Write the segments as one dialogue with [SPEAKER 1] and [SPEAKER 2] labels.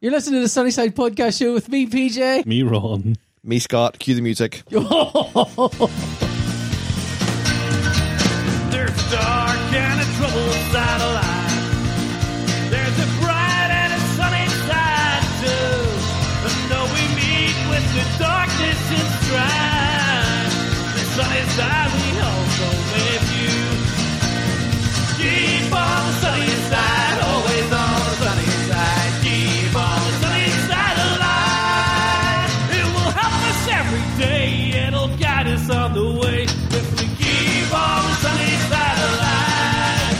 [SPEAKER 1] You're listening to the Sunnyside Podcast Show with me, PJ.
[SPEAKER 2] Me, Ron.
[SPEAKER 3] Me, Scott, cue the music.
[SPEAKER 4] There's a dark and a troubled side of life. There's a bright and a sunny side too. And though we meet with the darkness and strife, the sunny side we also live you. Keep on the sunny side, always on the sunny side. Keep on the sunny side alive. It will help us every day. It'll guide us on the way if we keep on the sunny side alive.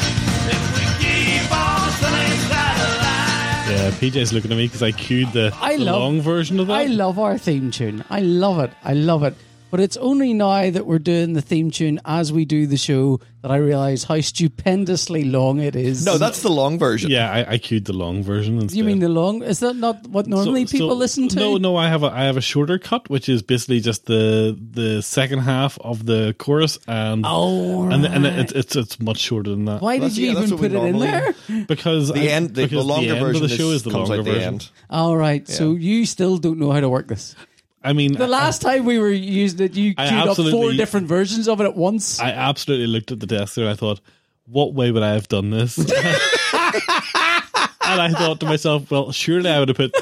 [SPEAKER 4] If we keep on the sunny side alive.
[SPEAKER 2] Yeah, PJ's looking at me because I queued the,
[SPEAKER 1] I
[SPEAKER 2] the
[SPEAKER 1] love-
[SPEAKER 2] long version of that.
[SPEAKER 1] I love our theme tune. I love it. I love it. But it's only now that we're doing the theme tune as we do the show that I realise how stupendously long it is.
[SPEAKER 3] No, that's the long version.
[SPEAKER 2] yeah, I, I queued the long version instead.
[SPEAKER 1] You mean the long? Is that not what
[SPEAKER 2] So-
[SPEAKER 1] normally
[SPEAKER 2] so-
[SPEAKER 1] people listen to?
[SPEAKER 2] No, no, I have a I have a shorter cut, which is basically just the the second half of the chorus, and
[SPEAKER 1] Oh,
[SPEAKER 2] and and it, it's it's much shorter than that.
[SPEAKER 1] Why
[SPEAKER 3] Well,
[SPEAKER 1] did
[SPEAKER 3] that's-
[SPEAKER 1] you
[SPEAKER 3] yeah, that's
[SPEAKER 1] even
[SPEAKER 3] what we
[SPEAKER 1] put it in
[SPEAKER 3] normally-
[SPEAKER 1] there?
[SPEAKER 2] Because
[SPEAKER 3] The
[SPEAKER 2] I-
[SPEAKER 3] end, the, the
[SPEAKER 2] because
[SPEAKER 3] longer
[SPEAKER 2] end
[SPEAKER 3] version
[SPEAKER 2] of the show is the
[SPEAKER 3] comes
[SPEAKER 2] longer
[SPEAKER 3] out the
[SPEAKER 2] version.
[SPEAKER 3] end.
[SPEAKER 1] All right. So you still don't know how to work this.
[SPEAKER 2] I mean,
[SPEAKER 1] The last time we were using it, you
[SPEAKER 2] I
[SPEAKER 1] queued up four
[SPEAKER 2] absolutely-
[SPEAKER 1] different versions of it at once.
[SPEAKER 2] I absolutely looked at the desk there and I thought, what way would I have done this? and I thought to myself, well, surely I would have put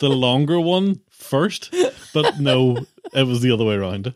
[SPEAKER 2] the longer one first, but no, it was the other way around.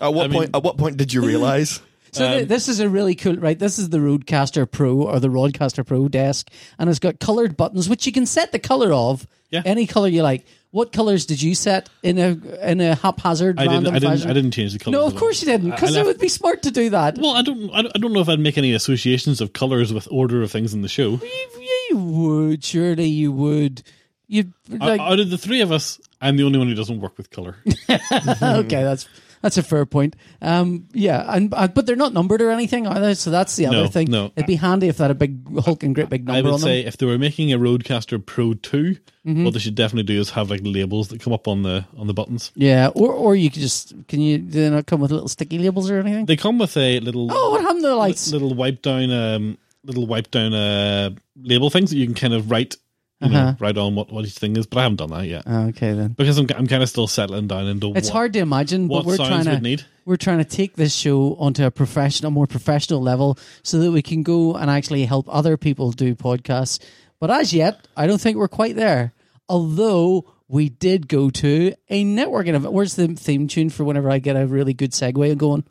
[SPEAKER 3] At what point? At what point did you realize?
[SPEAKER 1] So
[SPEAKER 2] Um,
[SPEAKER 1] th- this is a really cool, right? This is the Rodecaster Pro or the Rodecaster Pro desk, and it's got colored buttons which you can set the color of
[SPEAKER 2] Yeah.
[SPEAKER 1] any color you like. What colors did you set in a in a haphazard
[SPEAKER 2] I
[SPEAKER 1] random
[SPEAKER 2] didn't, I didn't,
[SPEAKER 1] fashion?
[SPEAKER 2] I didn't change the color.
[SPEAKER 1] no, of course you didn't, because it would be smart to do that.
[SPEAKER 2] Well, I don't, I don't- I don't know if I'd make any associations of colors with order of things in the show.
[SPEAKER 1] You, you would, surely you would. You like
[SPEAKER 2] Out of the three of us, I'm the only one who doesn't work with color. uh,
[SPEAKER 1] okay, that's that's a fair point. Um, yeah, and uh, but they're not numbered or anything, are they? So that's the
[SPEAKER 2] No,
[SPEAKER 1] other thing.
[SPEAKER 2] no.
[SPEAKER 1] It'd be handy if they had a big hulking great big number
[SPEAKER 2] I would
[SPEAKER 1] on them.
[SPEAKER 2] say if they were making a Roadcaster Pro 2,
[SPEAKER 1] Mm-hmm.
[SPEAKER 2] what they should definitely do is have like labels that come up on the on the buttons.
[SPEAKER 1] Yeah, or or you could just can you do they not come with little sticky labels or anything?
[SPEAKER 2] They come with a little
[SPEAKER 1] oh, what happened to the lights?
[SPEAKER 2] little wipe down um little wipe down uh label things that you can kind of write you
[SPEAKER 1] Uh-huh.
[SPEAKER 2] know, write on what, what each thing is, but I haven't done that yet.
[SPEAKER 1] okay then.
[SPEAKER 2] because I'm I'm kind of still settling down into
[SPEAKER 1] Uh. It's
[SPEAKER 2] what,
[SPEAKER 1] hard to imagine, but
[SPEAKER 2] what
[SPEAKER 1] we're trying
[SPEAKER 2] sounds
[SPEAKER 1] to
[SPEAKER 2] would need.
[SPEAKER 1] we're trying to take this show onto a professional, more professional level, so that we can go and actually help other people do podcasts. But as yet, I don't think we're quite there. Although we did go to a networking event. Where's the theme tune for whenever I get a really good segue going?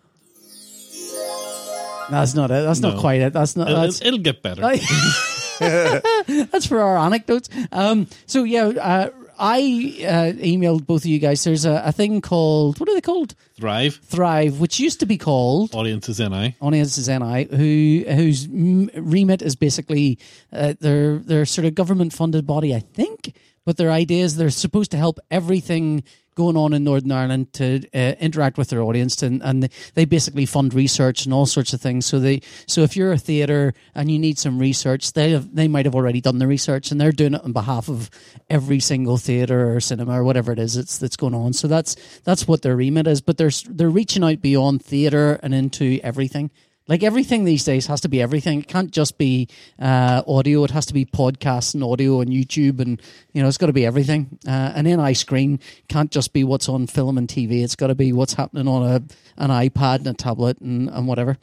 [SPEAKER 1] That's not it. That's not
[SPEAKER 2] No.
[SPEAKER 1] quite it. That's not.
[SPEAKER 2] It'll,
[SPEAKER 1] That's,
[SPEAKER 2] it'll get better.
[SPEAKER 1] That's for our anecdotes. Um, so yeah, uh, I uh, emailed both of you guys. There's a, a thing called what are they called?
[SPEAKER 2] Thrive
[SPEAKER 1] Thrive, which used to be called
[SPEAKER 2] audiences NI.
[SPEAKER 1] Audiences NI, who whose m- remit is basically uh, their their sort of government funded body, I think. But their idea is they're supposed to help everything going on in Northern Ireland to uh, interact with their audience, and, and they basically fund research and all sorts of things. So they so if you're a theatre and you need some research, they have, they might have already done the research, and they're doing it on behalf of every single theatre or cinema or whatever it is that's that's going on. So that's that's what their remit is. But they're s- they're reaching out beyond theatre and into everything. Like everything these days has to be everything. It can't just be uh, audio. It has to be podcasts and audio and YouTube, and you know it's got to be everything. Uh, an NI screen can't just be what's on film and TV. It's got to be what's happening on a an iPad and a tablet and, and whatever.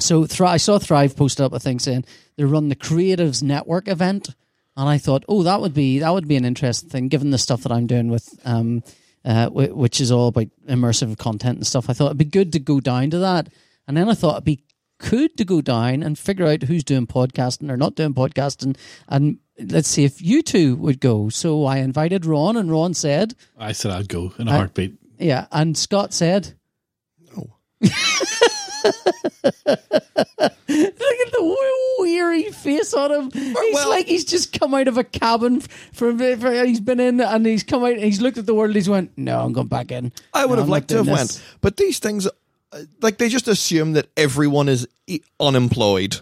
[SPEAKER 1] So Thri I saw Thrive posted up a thing saying they run the Creatives Network event, and I thought, oh, that would be that would be an interesting thing, given the stuff that I'm doing with, um, uh, w- which is all about immersive content and stuff. I thought it'd be good to go down to that, and then I thought it'd be good to go down and figure out who's doing podcasting or not doing podcasting, and let's see if you two would go. So I invited Ron, and Ron said,
[SPEAKER 2] I said I'd go in a heartbeat.
[SPEAKER 1] yeah, and Scott said,
[SPEAKER 3] Oh.
[SPEAKER 1] No. Look at the weary face on him. He's
[SPEAKER 3] well-
[SPEAKER 1] like he's just come out of a cabin from. from- He's been in and he's come out. and He's looked at the world. He's went, "No, I'm going back in."
[SPEAKER 3] I would
[SPEAKER 1] No,
[SPEAKER 3] have
[SPEAKER 1] I'm
[SPEAKER 3] liked to
[SPEAKER 1] not
[SPEAKER 3] have
[SPEAKER 1] doing
[SPEAKER 3] went,
[SPEAKER 1] this."
[SPEAKER 3] but these things, uh, like they just assume that everyone is e- unemployed.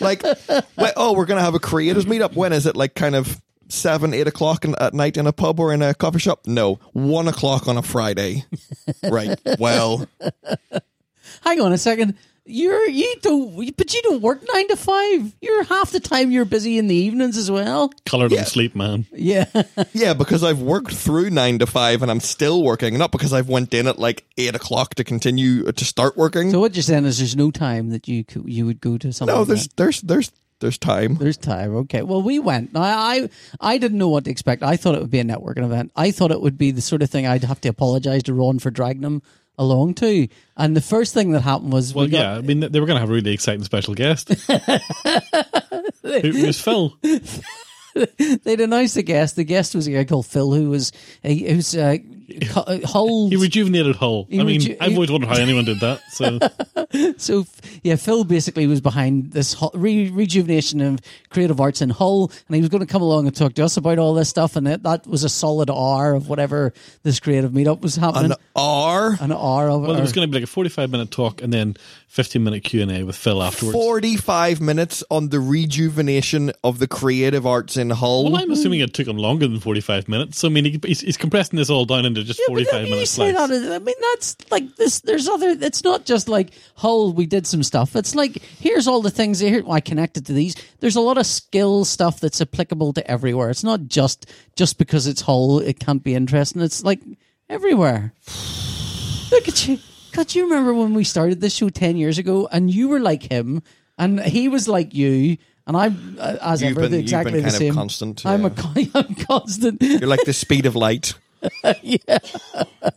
[SPEAKER 3] like, we- oh, we're gonna have a creators meetup. When is it? Like, kind of seven, eight o'clock in, at night in a pub or in a coffee shop? No, one o'clock on a Friday. right. Well,
[SPEAKER 1] Hang on a second. You're you don't but you don't work nine to five. You're half the time you're busy in the evenings as well.
[SPEAKER 2] Colored and sleep, man.
[SPEAKER 1] Yeah.
[SPEAKER 3] Yeah, because I've worked through nine to five and I'm still working, not because I've went in at like eight o'clock to continue uh, to start working.
[SPEAKER 1] So what you're saying is there's no time that you could, you would go to something.
[SPEAKER 3] no,
[SPEAKER 1] like
[SPEAKER 3] there's
[SPEAKER 1] that.
[SPEAKER 3] there's there's there's time.
[SPEAKER 1] there's time. Okay. Well, we went. Now, I, I I didn't know what to expect. I thought it would be a networking event. I thought it would be the sort of thing I'd have to apologize to Ron for dragging him along to. And the first thing that happened was
[SPEAKER 2] Well,
[SPEAKER 1] we got
[SPEAKER 2] yeah, I mean, they were going to have a really exciting special guest. Who was Phil?
[SPEAKER 1] they'd announced the guest. The guest was a guy called Phil, who was he, he was uh, Hull.
[SPEAKER 2] He rejuvenated Hull. I mean,
[SPEAKER 1] reju-
[SPEAKER 2] I've
[SPEAKER 1] he-
[SPEAKER 2] always wondered how anyone did that. So
[SPEAKER 1] so yeah, Phil basically was behind this Hull- re- rejuvenation of creative arts in Hull, and he was going to come along and talk to us about all this stuff. And that, that was a solid hour of whatever this creative meetup was happening.
[SPEAKER 3] An R
[SPEAKER 1] An, hour of
[SPEAKER 2] uh, well,
[SPEAKER 1] or-
[SPEAKER 2] there was going to be like a forty-five minute talk and then fifteen minute Q and A with Phil afterwards.
[SPEAKER 3] forty five minutes on the rejuvenation of the creative arts in Hull.
[SPEAKER 2] Well, I'm assuming
[SPEAKER 1] Mm-hmm.
[SPEAKER 2] it took him longer than forty-five minutes. So I mean, he, he's, he's compressing this all down into just
[SPEAKER 1] Yeah, but
[SPEAKER 2] forty-five
[SPEAKER 1] then
[SPEAKER 2] minutes.
[SPEAKER 1] You say
[SPEAKER 2] slice.
[SPEAKER 1] that, is- I mean, that's like this. There's other. It's not just like Hull. We did some stuff. It's like here's all the things here. I connected to these. There's a lot of skill stuff that's applicable to everywhere. It's not just just because it's Hull. It can't be interesting. It's like everywhere. Look at you. God, do you remember when we started this show ten years ago, and you were like him, and he was like you, and I'm uh, as
[SPEAKER 3] You've
[SPEAKER 1] ever
[SPEAKER 3] been- you've
[SPEAKER 1] exactly
[SPEAKER 3] been
[SPEAKER 1] the
[SPEAKER 3] kind of
[SPEAKER 1] same.
[SPEAKER 3] constant,
[SPEAKER 1] I'm a
[SPEAKER 3] yeah.
[SPEAKER 1] con- I'm constant.
[SPEAKER 3] You're like the speed of light.
[SPEAKER 1] yeah.
[SPEAKER 3] Uh,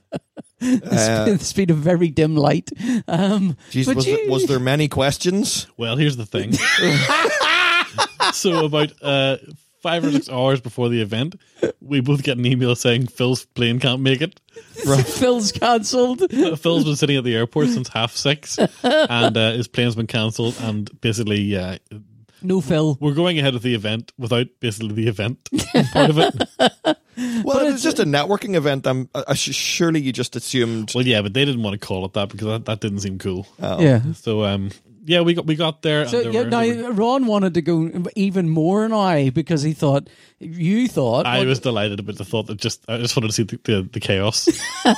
[SPEAKER 1] the speed of very dim light. Um,
[SPEAKER 3] geez,
[SPEAKER 1] but
[SPEAKER 3] was,
[SPEAKER 1] you-
[SPEAKER 3] was there many questions?
[SPEAKER 2] Well, here's the thing. so about uh, five or six hours before the event, we both get an email saying Phil's plane can't make it. Uh,
[SPEAKER 1] Phil's cancelled.
[SPEAKER 2] Phil's been sitting at the airport since half six, and uh, his plane's been cancelled. And basically, yeah,
[SPEAKER 1] No Phil.
[SPEAKER 2] we're going ahead of the event without basically the event part of it.
[SPEAKER 3] Well, if
[SPEAKER 1] it's-
[SPEAKER 3] it's just a networking event. I'm uh, sh- surely you just assumed.
[SPEAKER 2] Well, yeah, but they didn't want to call it that because that, that didn't seem cool.
[SPEAKER 1] Yeah.
[SPEAKER 2] So, um, yeah, we got we got there.
[SPEAKER 1] Oh. So
[SPEAKER 2] and there
[SPEAKER 1] yeah,
[SPEAKER 2] were-
[SPEAKER 1] now
[SPEAKER 2] there were-
[SPEAKER 1] Ron wanted to go even more now because he thought you thought
[SPEAKER 2] I was delighted about the thought that just I just wanted to see the, the, the chaos. I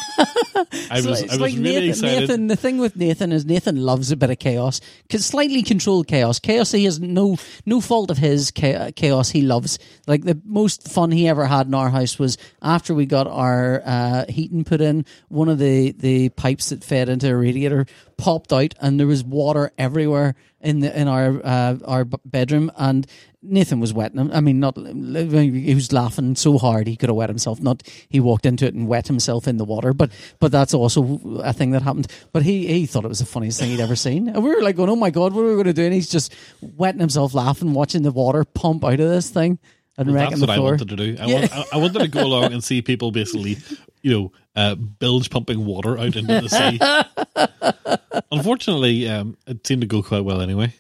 [SPEAKER 2] was
[SPEAKER 1] it's
[SPEAKER 2] I was
[SPEAKER 1] like
[SPEAKER 2] really
[SPEAKER 1] Nathan,
[SPEAKER 2] excited.
[SPEAKER 1] Nathan. The thing with Nathan is Nathan loves a bit of chaos, 'Cause slightly controlled chaos. Chaos he has no no fault of his. cha- Chaos he loves. Like the most fun he ever had in our house was after we got our uh, heating put in. One of the the pipes that fed into a radiator popped out, and there was water everywhere in the in our uh, our b- bedroom and Nathan was wetting him. I mean, not he was laughing so hard he could have wet himself. Not he walked into it and wet himself in the water. But but that's also a thing that happened. But he he thought it was the funniest thing he'd ever seen. And we were like going, oh my god, what are we going to do? And he's just wetting himself, laughing, watching the water pump out of this thing and wrecking
[SPEAKER 2] That's
[SPEAKER 1] the
[SPEAKER 2] what I
[SPEAKER 1] floor.
[SPEAKER 2] wanted to do. I, want, I, I wanted to go along and see people basically, you know, uh, bilge pumping water out into the sea. Unfortunately, um, it seemed to go quite well anyway.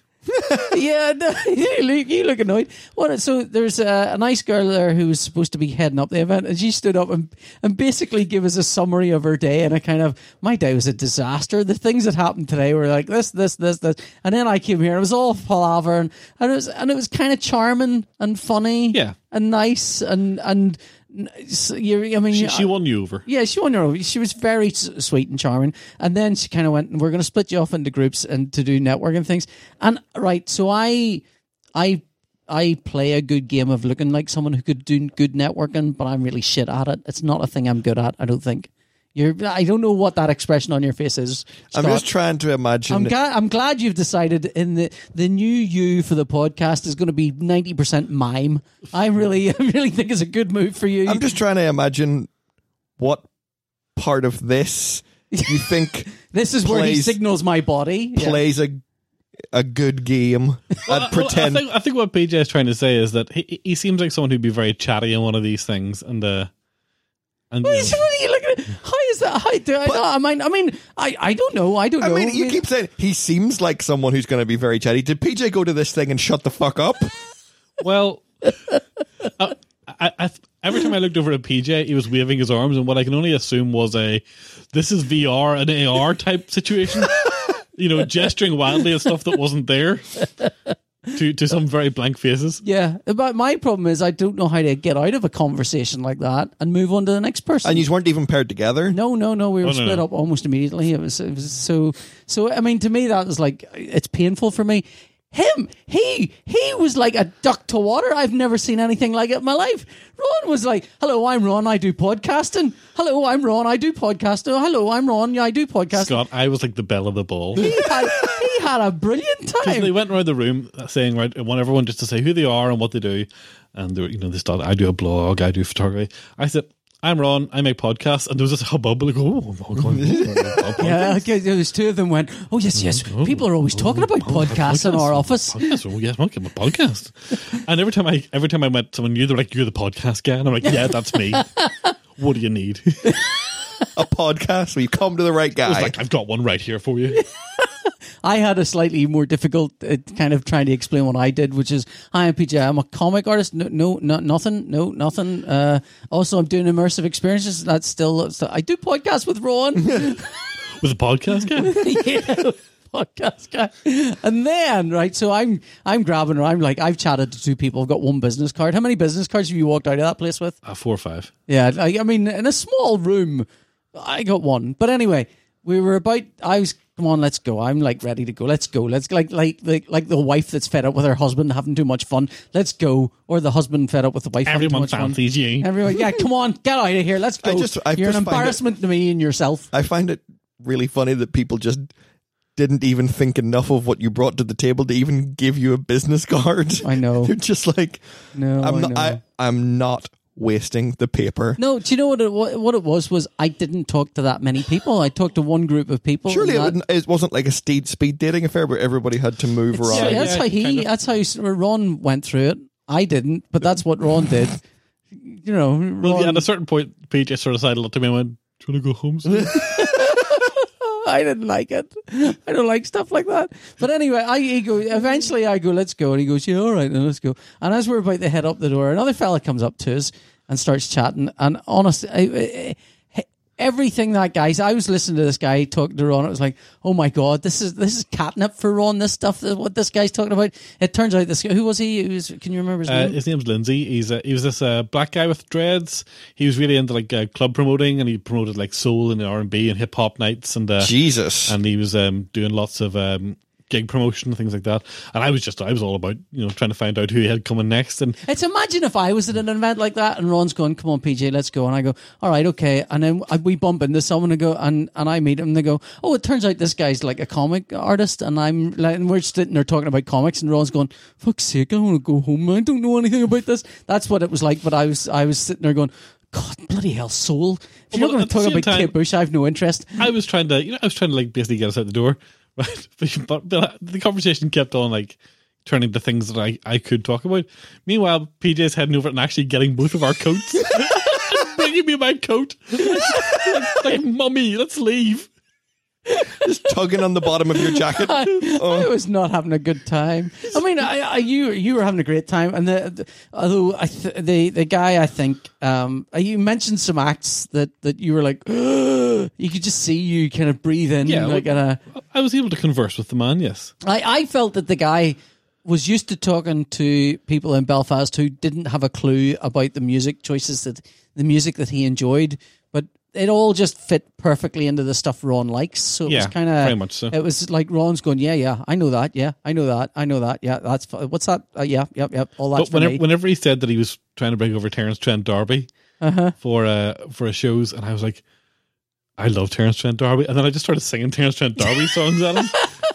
[SPEAKER 1] yeah, no, you, look, you look annoyed. What? So there's a, a nice girl there who was supposed to be heading up the event, and she stood up and and basically gave us a summary of her day and a kind of my day was a disaster. The things that happened today were like this, this, this, this, and then I came here. and It was all palaver, and, and it was and it was kind of charming and funny,
[SPEAKER 2] Yeah.
[SPEAKER 1] and nice, and and so you. I mean,
[SPEAKER 2] She, she won you over.
[SPEAKER 1] yeah, she won her over. She was very s- sweet and charming. And then she kind of went, "We're going to split you off into groups and to do networking things." And right, so I, I, I play a good game of looking like someone who could do good networking, but I'm really shit at it. It's not a thing I'm good at. I don't think. You're. I don't know what that expression on your face is.
[SPEAKER 3] I'm
[SPEAKER 1] Scott.
[SPEAKER 3] just trying to imagine.
[SPEAKER 1] I'm glad, I'm glad you've decided in the the new you for the podcast is going to be 90% mime. I really I really think it's a good move for you.
[SPEAKER 3] I'm just trying to imagine what part of this you think
[SPEAKER 1] this is where he
[SPEAKER 3] plays-
[SPEAKER 1] signals my body. Yeah.
[SPEAKER 3] plays a a good game. I'd pretend.
[SPEAKER 2] Well, I, think, I think what PJ is trying to say is that he, he seems like someone who'd be very chatty in one of these things, and uh, and you
[SPEAKER 1] What
[SPEAKER 2] know,
[SPEAKER 1] are you looking at? How is that? How do I, know? I mean, I mean, I, I don't know. I don't
[SPEAKER 3] I
[SPEAKER 1] know.
[SPEAKER 3] mean, you keep saying he seems like someone who's going to be very chatty. Did PJ go to this thing and shut the fuck up?
[SPEAKER 2] well, uh, I, I, every time I looked over at PJ, he was waving his arms, and what I can only assume was a this is VR and AR type situation. You know, gesturing wildly at stuff that wasn't there. to to some very blank faces.
[SPEAKER 1] Yeah, but my problem is I don't know how to get out of a conversation like that and move on to the next person.
[SPEAKER 3] And you weren't even paired together.
[SPEAKER 1] no, no, no, we were
[SPEAKER 2] Oh, no,
[SPEAKER 1] split
[SPEAKER 2] no.
[SPEAKER 1] up almost immediately. It was, it was so so. I mean, to me, that was like it's painful for me. Him, he, he was like a duck to water. I've never seen anything like it in my life. Ron was like, "Hello, I'm Ron. I do podcasting. Hello, I'm Ron. I do podcasting. Oh, hello, I'm Ron. Yeah, I do podcasting."
[SPEAKER 2] Scott, I was like the belle of the ball.
[SPEAKER 1] He had, he had a brilliant
[SPEAKER 2] So they
[SPEAKER 1] time.
[SPEAKER 2] went around the room saying, right, I want everyone just to say who they are and what they do. And they were, you know, they started, I do a blog, I do photography. I said, I'm Ron, I make podcasts. And there was this hubbub, like, oh, oh, God,
[SPEAKER 1] Yeah, okay, there's two of them went, oh, yes, yes. People are always talking about
[SPEAKER 2] Oh,
[SPEAKER 1] podcasts in our office.
[SPEAKER 2] Podcast. Oh yes, welcome a podcast. And every time I every time I met someone new, they're like, "You're the podcast guy," and I'm like, "Yeah, that's me." what do you need? It's
[SPEAKER 3] A podcast where you come to the right guy.
[SPEAKER 2] like I've got one right here for you.
[SPEAKER 1] I had a slightly more difficult uh, kind of trying to explain what I did, which is, hi, I'm PJ. I'm a comic artist. No, no, no nothing. No, nothing. Uh, also, I'm doing immersive experiences. That's still, so I do podcasts with Ron.
[SPEAKER 2] With a podcast guy,
[SPEAKER 1] yeah. Podcast guy, and then right, so I'm I'm grabbing her. I'm like, I've chatted to two people. I've got one business card. How many business cards have you walked out of that place with?
[SPEAKER 2] uh, four or five.
[SPEAKER 1] Yeah, I, I mean, in a small room, I got one. But anyway, we were about. I was, come on, let's go. I'm like ready to go. Let's go. Let's like like like like the wife that's fed up with her husband having too much fun. Let's go. Or the husband fed up with the wife. having too
[SPEAKER 2] Everyone
[SPEAKER 1] much fun.
[SPEAKER 2] fancies you.
[SPEAKER 1] Everyone, yeah, come on, get out of here. Let's go.
[SPEAKER 3] I just- I
[SPEAKER 1] You're
[SPEAKER 3] just
[SPEAKER 1] an
[SPEAKER 3] find it-
[SPEAKER 1] embarrassment to me and yourself.
[SPEAKER 3] I find it really funny that people just didn't even think enough of what you brought to the table to even give you a business card.
[SPEAKER 1] I know.
[SPEAKER 3] They're just like,
[SPEAKER 1] No,
[SPEAKER 3] I'm
[SPEAKER 1] I
[SPEAKER 3] not.
[SPEAKER 1] know.
[SPEAKER 3] I, I'm not wasting the paper.
[SPEAKER 1] no, do you know what it, wa- what it was? Was I didn't talk to that many people. I talked to one group of people. and
[SPEAKER 3] Surely it,
[SPEAKER 1] that-
[SPEAKER 3] wouldn't- it wasn't like a speed speed dating affair where everybody had to move
[SPEAKER 1] Yeah,
[SPEAKER 3] around.
[SPEAKER 2] yeah,
[SPEAKER 1] that's how he.
[SPEAKER 2] kind of.
[SPEAKER 1] That's how s- Ron went through it. I didn't, but that's what Ron did. You know, Ron,
[SPEAKER 2] Well, yeah, at a certain point, PJ sort of sidled up to me and went, "Do you want to go home?" Son?
[SPEAKER 1] I didn't like it. I don't like stuff like that. But anyway, I he go, eventually I go, let's go, and he goes, yeah, all right, then let's go. And as we're about to head up the door, another fella comes up to us and starts chatting. And honestly, I, I, everything that guy's, I was listening to this guy talking to Ron. It was like, oh my god, this is this is catnip for Ron. This stuff, what this guy's talking about. It turns out this guy, who was he? Who was, can you remember his
[SPEAKER 2] Uh,
[SPEAKER 1] name?
[SPEAKER 2] his name's Lindsay. He's a, he was this uh, black guy with dreads. He was really into like uh, club promoting, and he promoted like soul and R and B and hip hop nights, and uh,
[SPEAKER 3] Jesus.
[SPEAKER 2] and he was um, doing lots of um, gig promotion and things like that. And I was just I was all about you know trying to find out who he had coming next, and
[SPEAKER 1] It's imagine if I was at an event like that and Ron's going, "Come on, PJ, let's go," and I go, "All right, okay," and then I- we bump into someone and go, and and I meet him. and They go, "Oh, it turns out this guy's like a comic artist," and I'm like, and we're sitting there talking about comics, and Ron's going, "Fuck's sake, I want to go home. I don't know anything about this." That's what it was like. But I was I was sitting there going. God bloody hell, soul! If you're
[SPEAKER 2] Well,
[SPEAKER 1] going
[SPEAKER 2] at
[SPEAKER 1] to
[SPEAKER 2] the
[SPEAKER 1] talk
[SPEAKER 2] same
[SPEAKER 1] about
[SPEAKER 2] time-
[SPEAKER 1] Kate Bush, I have no interest.
[SPEAKER 2] I was trying to you know I was trying to like basically get us out the door, right? But, but the conversation kept on like turning to things that I I could talk about. Meanwhile, PJ's heading over and actually getting both of our coats. Bringing me my coat, like, like mummy. Let's leave.
[SPEAKER 3] Just tugging on the bottom of your jacket.
[SPEAKER 1] I was not having a good time. I mean, I, I you you were having a great time, and the, the although I th- the the guy I think um you mentioned some acts that that you were like you could just see you kind of breathe in
[SPEAKER 2] Yeah,
[SPEAKER 1] like
[SPEAKER 2] well-
[SPEAKER 1] in a
[SPEAKER 2] I was able to converse with the man. Yes,
[SPEAKER 1] I, I felt that the guy was used to talking to people in Belfast who didn't have a clue about the music choices that the music that he enjoyed, but it all just fit perfectly into the stuff Ron likes. So it was
[SPEAKER 2] Yeah,
[SPEAKER 1] kind of
[SPEAKER 2] very much so.
[SPEAKER 1] It was like Ron's going, yeah, yeah, I know that, yeah, I know that, I know that, yeah, that's fu- what's that, uh, yeah, yep, yep, all that's
[SPEAKER 2] But
[SPEAKER 1] for
[SPEAKER 2] whenever,
[SPEAKER 1] me.
[SPEAKER 2] whenever he said that he was trying to bring over Terence Trent D'Arby for uh, for his shows, and I was like, I love Terence Trent D'Arby, and then I just started singing Terence Trent D'Arby songs at him.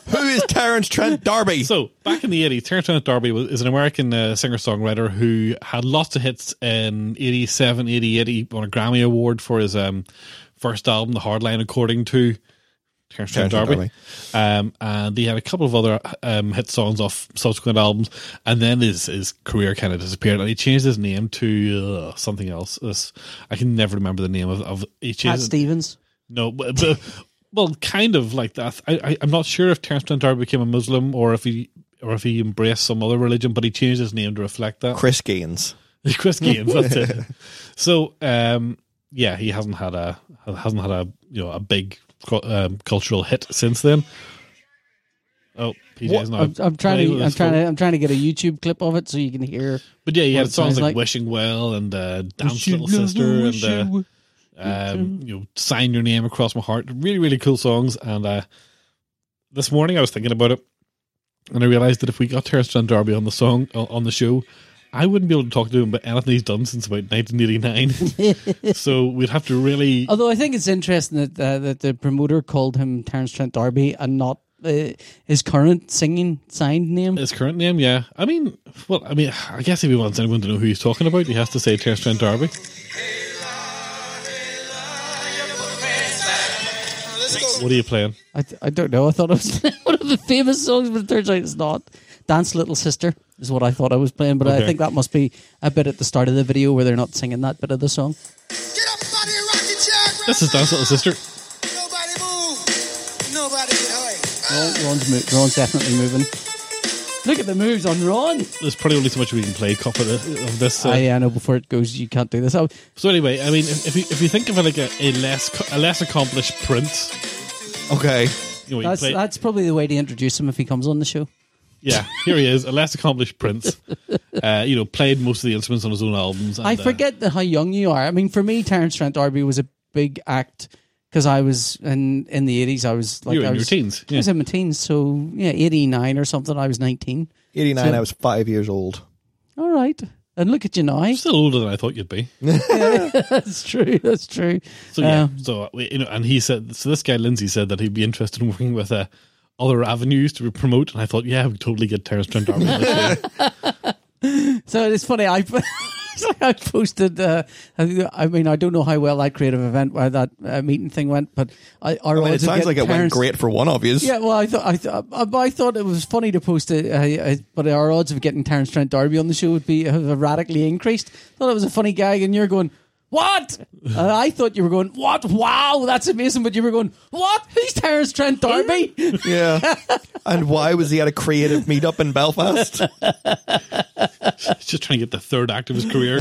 [SPEAKER 3] Who is Terence Trent Darby?
[SPEAKER 2] So back in the eighties, Terence Trent D'Arby was, is an American uh, singer songwriter who had lots of hits in 87, 88. He won a Grammy award for his um, first album, The Hardline, according to Terence Trent
[SPEAKER 3] Terence
[SPEAKER 2] D'Arby. Um, and he had a couple of other um, hit songs off subsequent albums, and then his his career kind of disappeared. And he changed his name to uh, something else. This, I can never remember the name of. of he
[SPEAKER 1] Pat
[SPEAKER 2] changed,
[SPEAKER 1] Stevens.
[SPEAKER 2] no, but, but- well, kind of like that. I, I, I'm not sure if Terence Trent D'Arby became a Muslim or if he or if he embraced some other religion, but he changed his name to reflect that.
[SPEAKER 3] Chris Gaines.
[SPEAKER 2] Chris Gaines, that's it. uh, So, um, yeah, he hasn't had a hasn't had a you know a big cu- um, cultural hit since then. Oh,
[SPEAKER 3] What-
[SPEAKER 2] PJ's not.
[SPEAKER 1] I'm, I'm trying
[SPEAKER 2] playing
[SPEAKER 1] to.
[SPEAKER 2] with
[SPEAKER 1] I'm
[SPEAKER 2] his
[SPEAKER 1] trying
[SPEAKER 2] phone.
[SPEAKER 1] to. I'm trying to get a YouTube clip of it so you can hear.
[SPEAKER 2] But yeah, he
[SPEAKER 1] what
[SPEAKER 2] had
[SPEAKER 1] it
[SPEAKER 2] songs
[SPEAKER 1] sounds
[SPEAKER 2] like,
[SPEAKER 1] like.
[SPEAKER 2] "Wishing Well" and uh, "Dance Little Sister" and uh, um, you know, sign your name across my heart. Really, really cool songs. And uh, this morning I was thinking about it, and I realized that if we got Terrence John Darby on the song o- on the show, I wouldn't be able to talk to him about anything he's done since about 1989. so we'd have to really.
[SPEAKER 1] Although I think it's interesting that uh, that the promoter called him Terence Trent D'Arby and not uh, his current singing signed name.
[SPEAKER 2] His current name, yeah. I mean, well, I mean, I guess if he wants anyone to know who he's talking about, he has to say Terrence Trent Darby. What are you playing?
[SPEAKER 1] I, I don't know. I thought it was one of the famous songs, but it turns out it's not. Dance Little Sister is what I thought I was playing, but
[SPEAKER 2] Okay.
[SPEAKER 1] I think that must be a bit at the start of the video where they're not singing that bit of the song.
[SPEAKER 5] Get up out of here, rock your chair. grab
[SPEAKER 2] This is
[SPEAKER 5] my
[SPEAKER 2] Dance Little
[SPEAKER 5] hand.
[SPEAKER 2] Sister.
[SPEAKER 5] Nobody move. Nobody get away.
[SPEAKER 2] Oh,
[SPEAKER 1] Ron, Ron's, mo- Ron's definitely moving. Look at the moves on Ron.
[SPEAKER 2] There's probably only so much we can play cover of this. uh,
[SPEAKER 1] I, I know before it goes, you can't do this. Oh, I,
[SPEAKER 2] So anyway, I mean, if, if you if you think of it like a, a less co- a less accomplished Prince,
[SPEAKER 3] Okay.
[SPEAKER 2] you know, he
[SPEAKER 1] that's,
[SPEAKER 2] play-
[SPEAKER 1] that's probably the way to introduce him if he comes on the show.
[SPEAKER 2] yeah, here he is, a less accomplished Prince. Uh, you know, played most of the instruments on his own albums. And,
[SPEAKER 1] I
[SPEAKER 2] uh,
[SPEAKER 1] forget that how young you are. I mean, for me, Terence Trent D'Arby was a big act because I was in in the eighties. I was like
[SPEAKER 2] You were
[SPEAKER 1] I
[SPEAKER 2] in your
[SPEAKER 1] was-
[SPEAKER 2] teens,
[SPEAKER 1] I was
[SPEAKER 2] yeah.
[SPEAKER 1] in my teens, so yeah, eighty nine or something. I was nineteen.
[SPEAKER 3] 89,
[SPEAKER 1] So-
[SPEAKER 3] I was five years old.
[SPEAKER 1] All right, and look at you now.
[SPEAKER 2] you're still older than I thought you'd be.
[SPEAKER 1] that's true. That's true.
[SPEAKER 2] So yeah,
[SPEAKER 1] Um,
[SPEAKER 2] so uh, we- you know, and he said, so this guy Lindsay said that he'd be interested in working with uh, other avenues to promote, and I thought, yeah, we could totally get Terrence Trent D'Arby. on this show.
[SPEAKER 1] So it's funny. I it's like I posted. Uh, I I mean, I don't know how well that creative event, where that uh, meeting thing went, but I, our
[SPEAKER 3] I mean, it
[SPEAKER 1] odds of
[SPEAKER 3] sounds like
[SPEAKER 1] getting
[SPEAKER 3] it went
[SPEAKER 1] Terence-
[SPEAKER 3] great for one of you.
[SPEAKER 1] Yeah, well, I thought I, th- I, I thought it was funny to post it, uh, uh, but our odds of getting Terence Trent D'Arby on the show would be have radically increased. Thought it was a funny gag, and you're going, "What?" And I thought you were going, "What? Wow, that's amazing!" But you were going, "What? Who's Terence Trent D'Arby?"
[SPEAKER 3] Yeah. and why was he at a creative meetup in Belfast?
[SPEAKER 2] Just trying to get the third act of his career.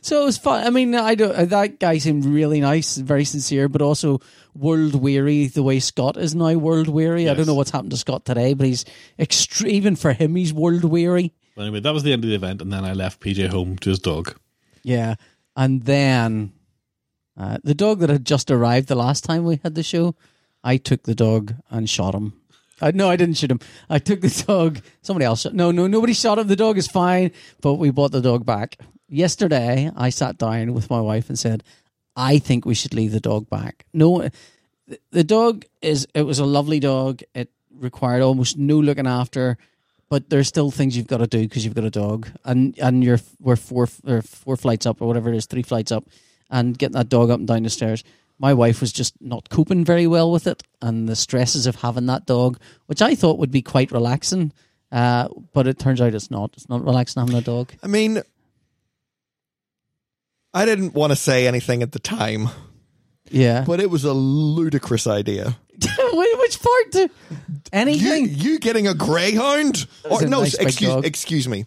[SPEAKER 1] so it was fun. I mean, I don't. uh, That guy seemed really nice, very sincere, but also world weary. The way Scott is now world weary. I
[SPEAKER 2] Yes.
[SPEAKER 1] don't know what's happened to Scott today, but he's extre- even for him, he's world weary.
[SPEAKER 2] anyway, that was the end of the event, and then I left PJ home to his dog.
[SPEAKER 1] Yeah, and then uh, the dog that had just arrived the last time we had the show, I took the dog and shot him. Uh, no, I didn't shoot him. I took the dog. Somebody else. Shot, no, no, nobody shot him. The dog is fine, but we bought the dog back. Yesterday, I sat down with my wife and said, "I think we should leave the dog back." No, the dog is it was a lovely dog it required almost no looking after but there's still things you've got to do because you've got a dog and and you're we're four or four flights up or whatever it is three flights up and getting that dog up and down the stairs my wife was just not coping very well with it and the stresses of having that dog which i thought would be quite relaxing uh, but it turns out it's not it's not relaxing having a dog
[SPEAKER 3] I mean, I didn't want to say anything at the time,
[SPEAKER 1] yeah
[SPEAKER 3] but it was a ludicrous idea.
[SPEAKER 1] Wait, which part do,
[SPEAKER 3] You,
[SPEAKER 1] anything
[SPEAKER 3] you getting a greyhound? Or,
[SPEAKER 1] was a
[SPEAKER 3] no,
[SPEAKER 1] nice big
[SPEAKER 3] excuse,
[SPEAKER 1] dog.
[SPEAKER 3] excuse me.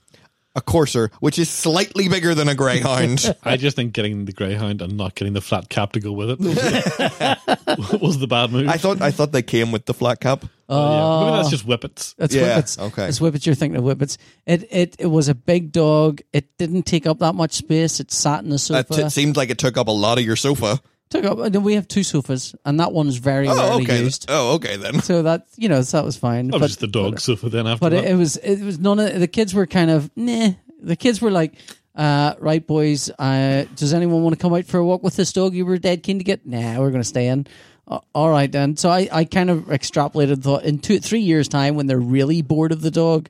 [SPEAKER 3] A courser, which is slightly bigger than a greyhound.
[SPEAKER 2] I just think getting the Greyhound and not getting the flat cap to go with it was the, was the bad move.
[SPEAKER 3] I thought I thought they came with the flat cap.
[SPEAKER 1] Oh,
[SPEAKER 2] Yeah. Maybe that's just whippets.
[SPEAKER 1] That's
[SPEAKER 3] Yeah,
[SPEAKER 1] whippets.
[SPEAKER 3] okay.
[SPEAKER 1] It's whippets. You're thinking of whippets. It it it was a big dog. It didn't take up that much space. It sat in the sofa.
[SPEAKER 3] That t- seemed like it took up a lot of your sofa.
[SPEAKER 1] Took up. and We have two sofas, and that one's very
[SPEAKER 3] Oh,
[SPEAKER 1] rarely
[SPEAKER 3] okay.
[SPEAKER 1] used.
[SPEAKER 3] Oh, okay then.
[SPEAKER 1] So that you know so that was fine.
[SPEAKER 2] That
[SPEAKER 1] But-
[SPEAKER 2] was just the dog sofa then after
[SPEAKER 1] but
[SPEAKER 2] that.
[SPEAKER 1] it, it was it was none of the kids were kind of nah. The kids were like, uh, right, boys. Uh, does anyone want to come out for a walk with this dog? You were dead keen to get. Nah, we're going to stay in. "A- all right then. So I, I kind of extrapolated thought in two three years time when they're really bored of the dog,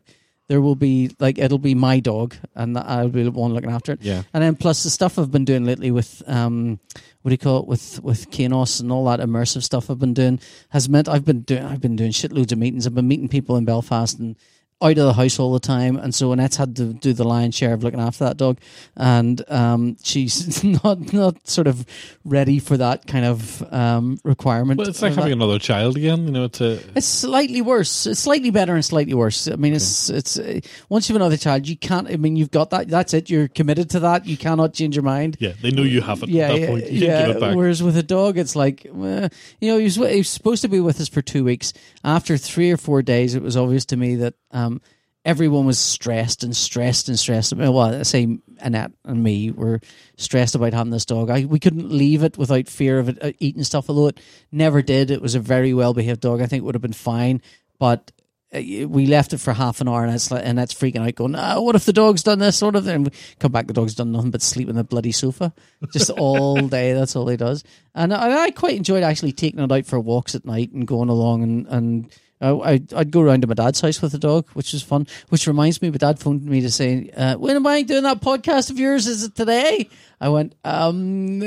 [SPEAKER 1] there will be like it'll be my dog and I'll be the one looking after it.
[SPEAKER 2] Yeah.
[SPEAKER 1] And then plus the stuff I've been doing lately with um, what do you call it with with Kanos and all that immersive stuff I've been doing has meant I've been doing I've been doing shitloads of meetings. I've been meeting people in Belfast and out of the house all the time, and so Annette's had to do the lion's share of looking after that dog, and um, she's not not sort of ready for that kind of um, requirement.
[SPEAKER 2] Well, it's like
[SPEAKER 1] of that.
[SPEAKER 2] having another child again. You know, it's a
[SPEAKER 1] It's slightly worse. It's slightly better and slightly worse. I mean, it's it's uh, once you have another child, you can't. I mean, you've got that. That's it. You're committed to that. You cannot change your mind.
[SPEAKER 2] yeah. They know you have it at that point. You
[SPEAKER 1] yeah.
[SPEAKER 2] can't give it back.
[SPEAKER 1] Whereas with a dog, it's like, eh, you know, he was, he was supposed to be with us for two weeks. After three or four days, it was obvious to me that um, everyone was stressed and stressed and stressed. Well, I say Annette and me were stressed about having this dog. I, we couldn't leave it without fear of it uh, eating stuff, although it never did. It was a very well behaved dog. I think it would have been fine, but uh, we left it for half an hour and it's like, and that's freaking out going ah, what if the dog's done this sort of thing and we come back the dog's done nothing but sleep on the bloody sofa just all day that's all he does and I, I quite enjoyed actually taking it out for walks at night and going along and and I, I'd, I'd go around to my dad's house with the dog which was fun which reminds me my dad phoned me to say uh, when am I doing that podcast of yours is it today I went um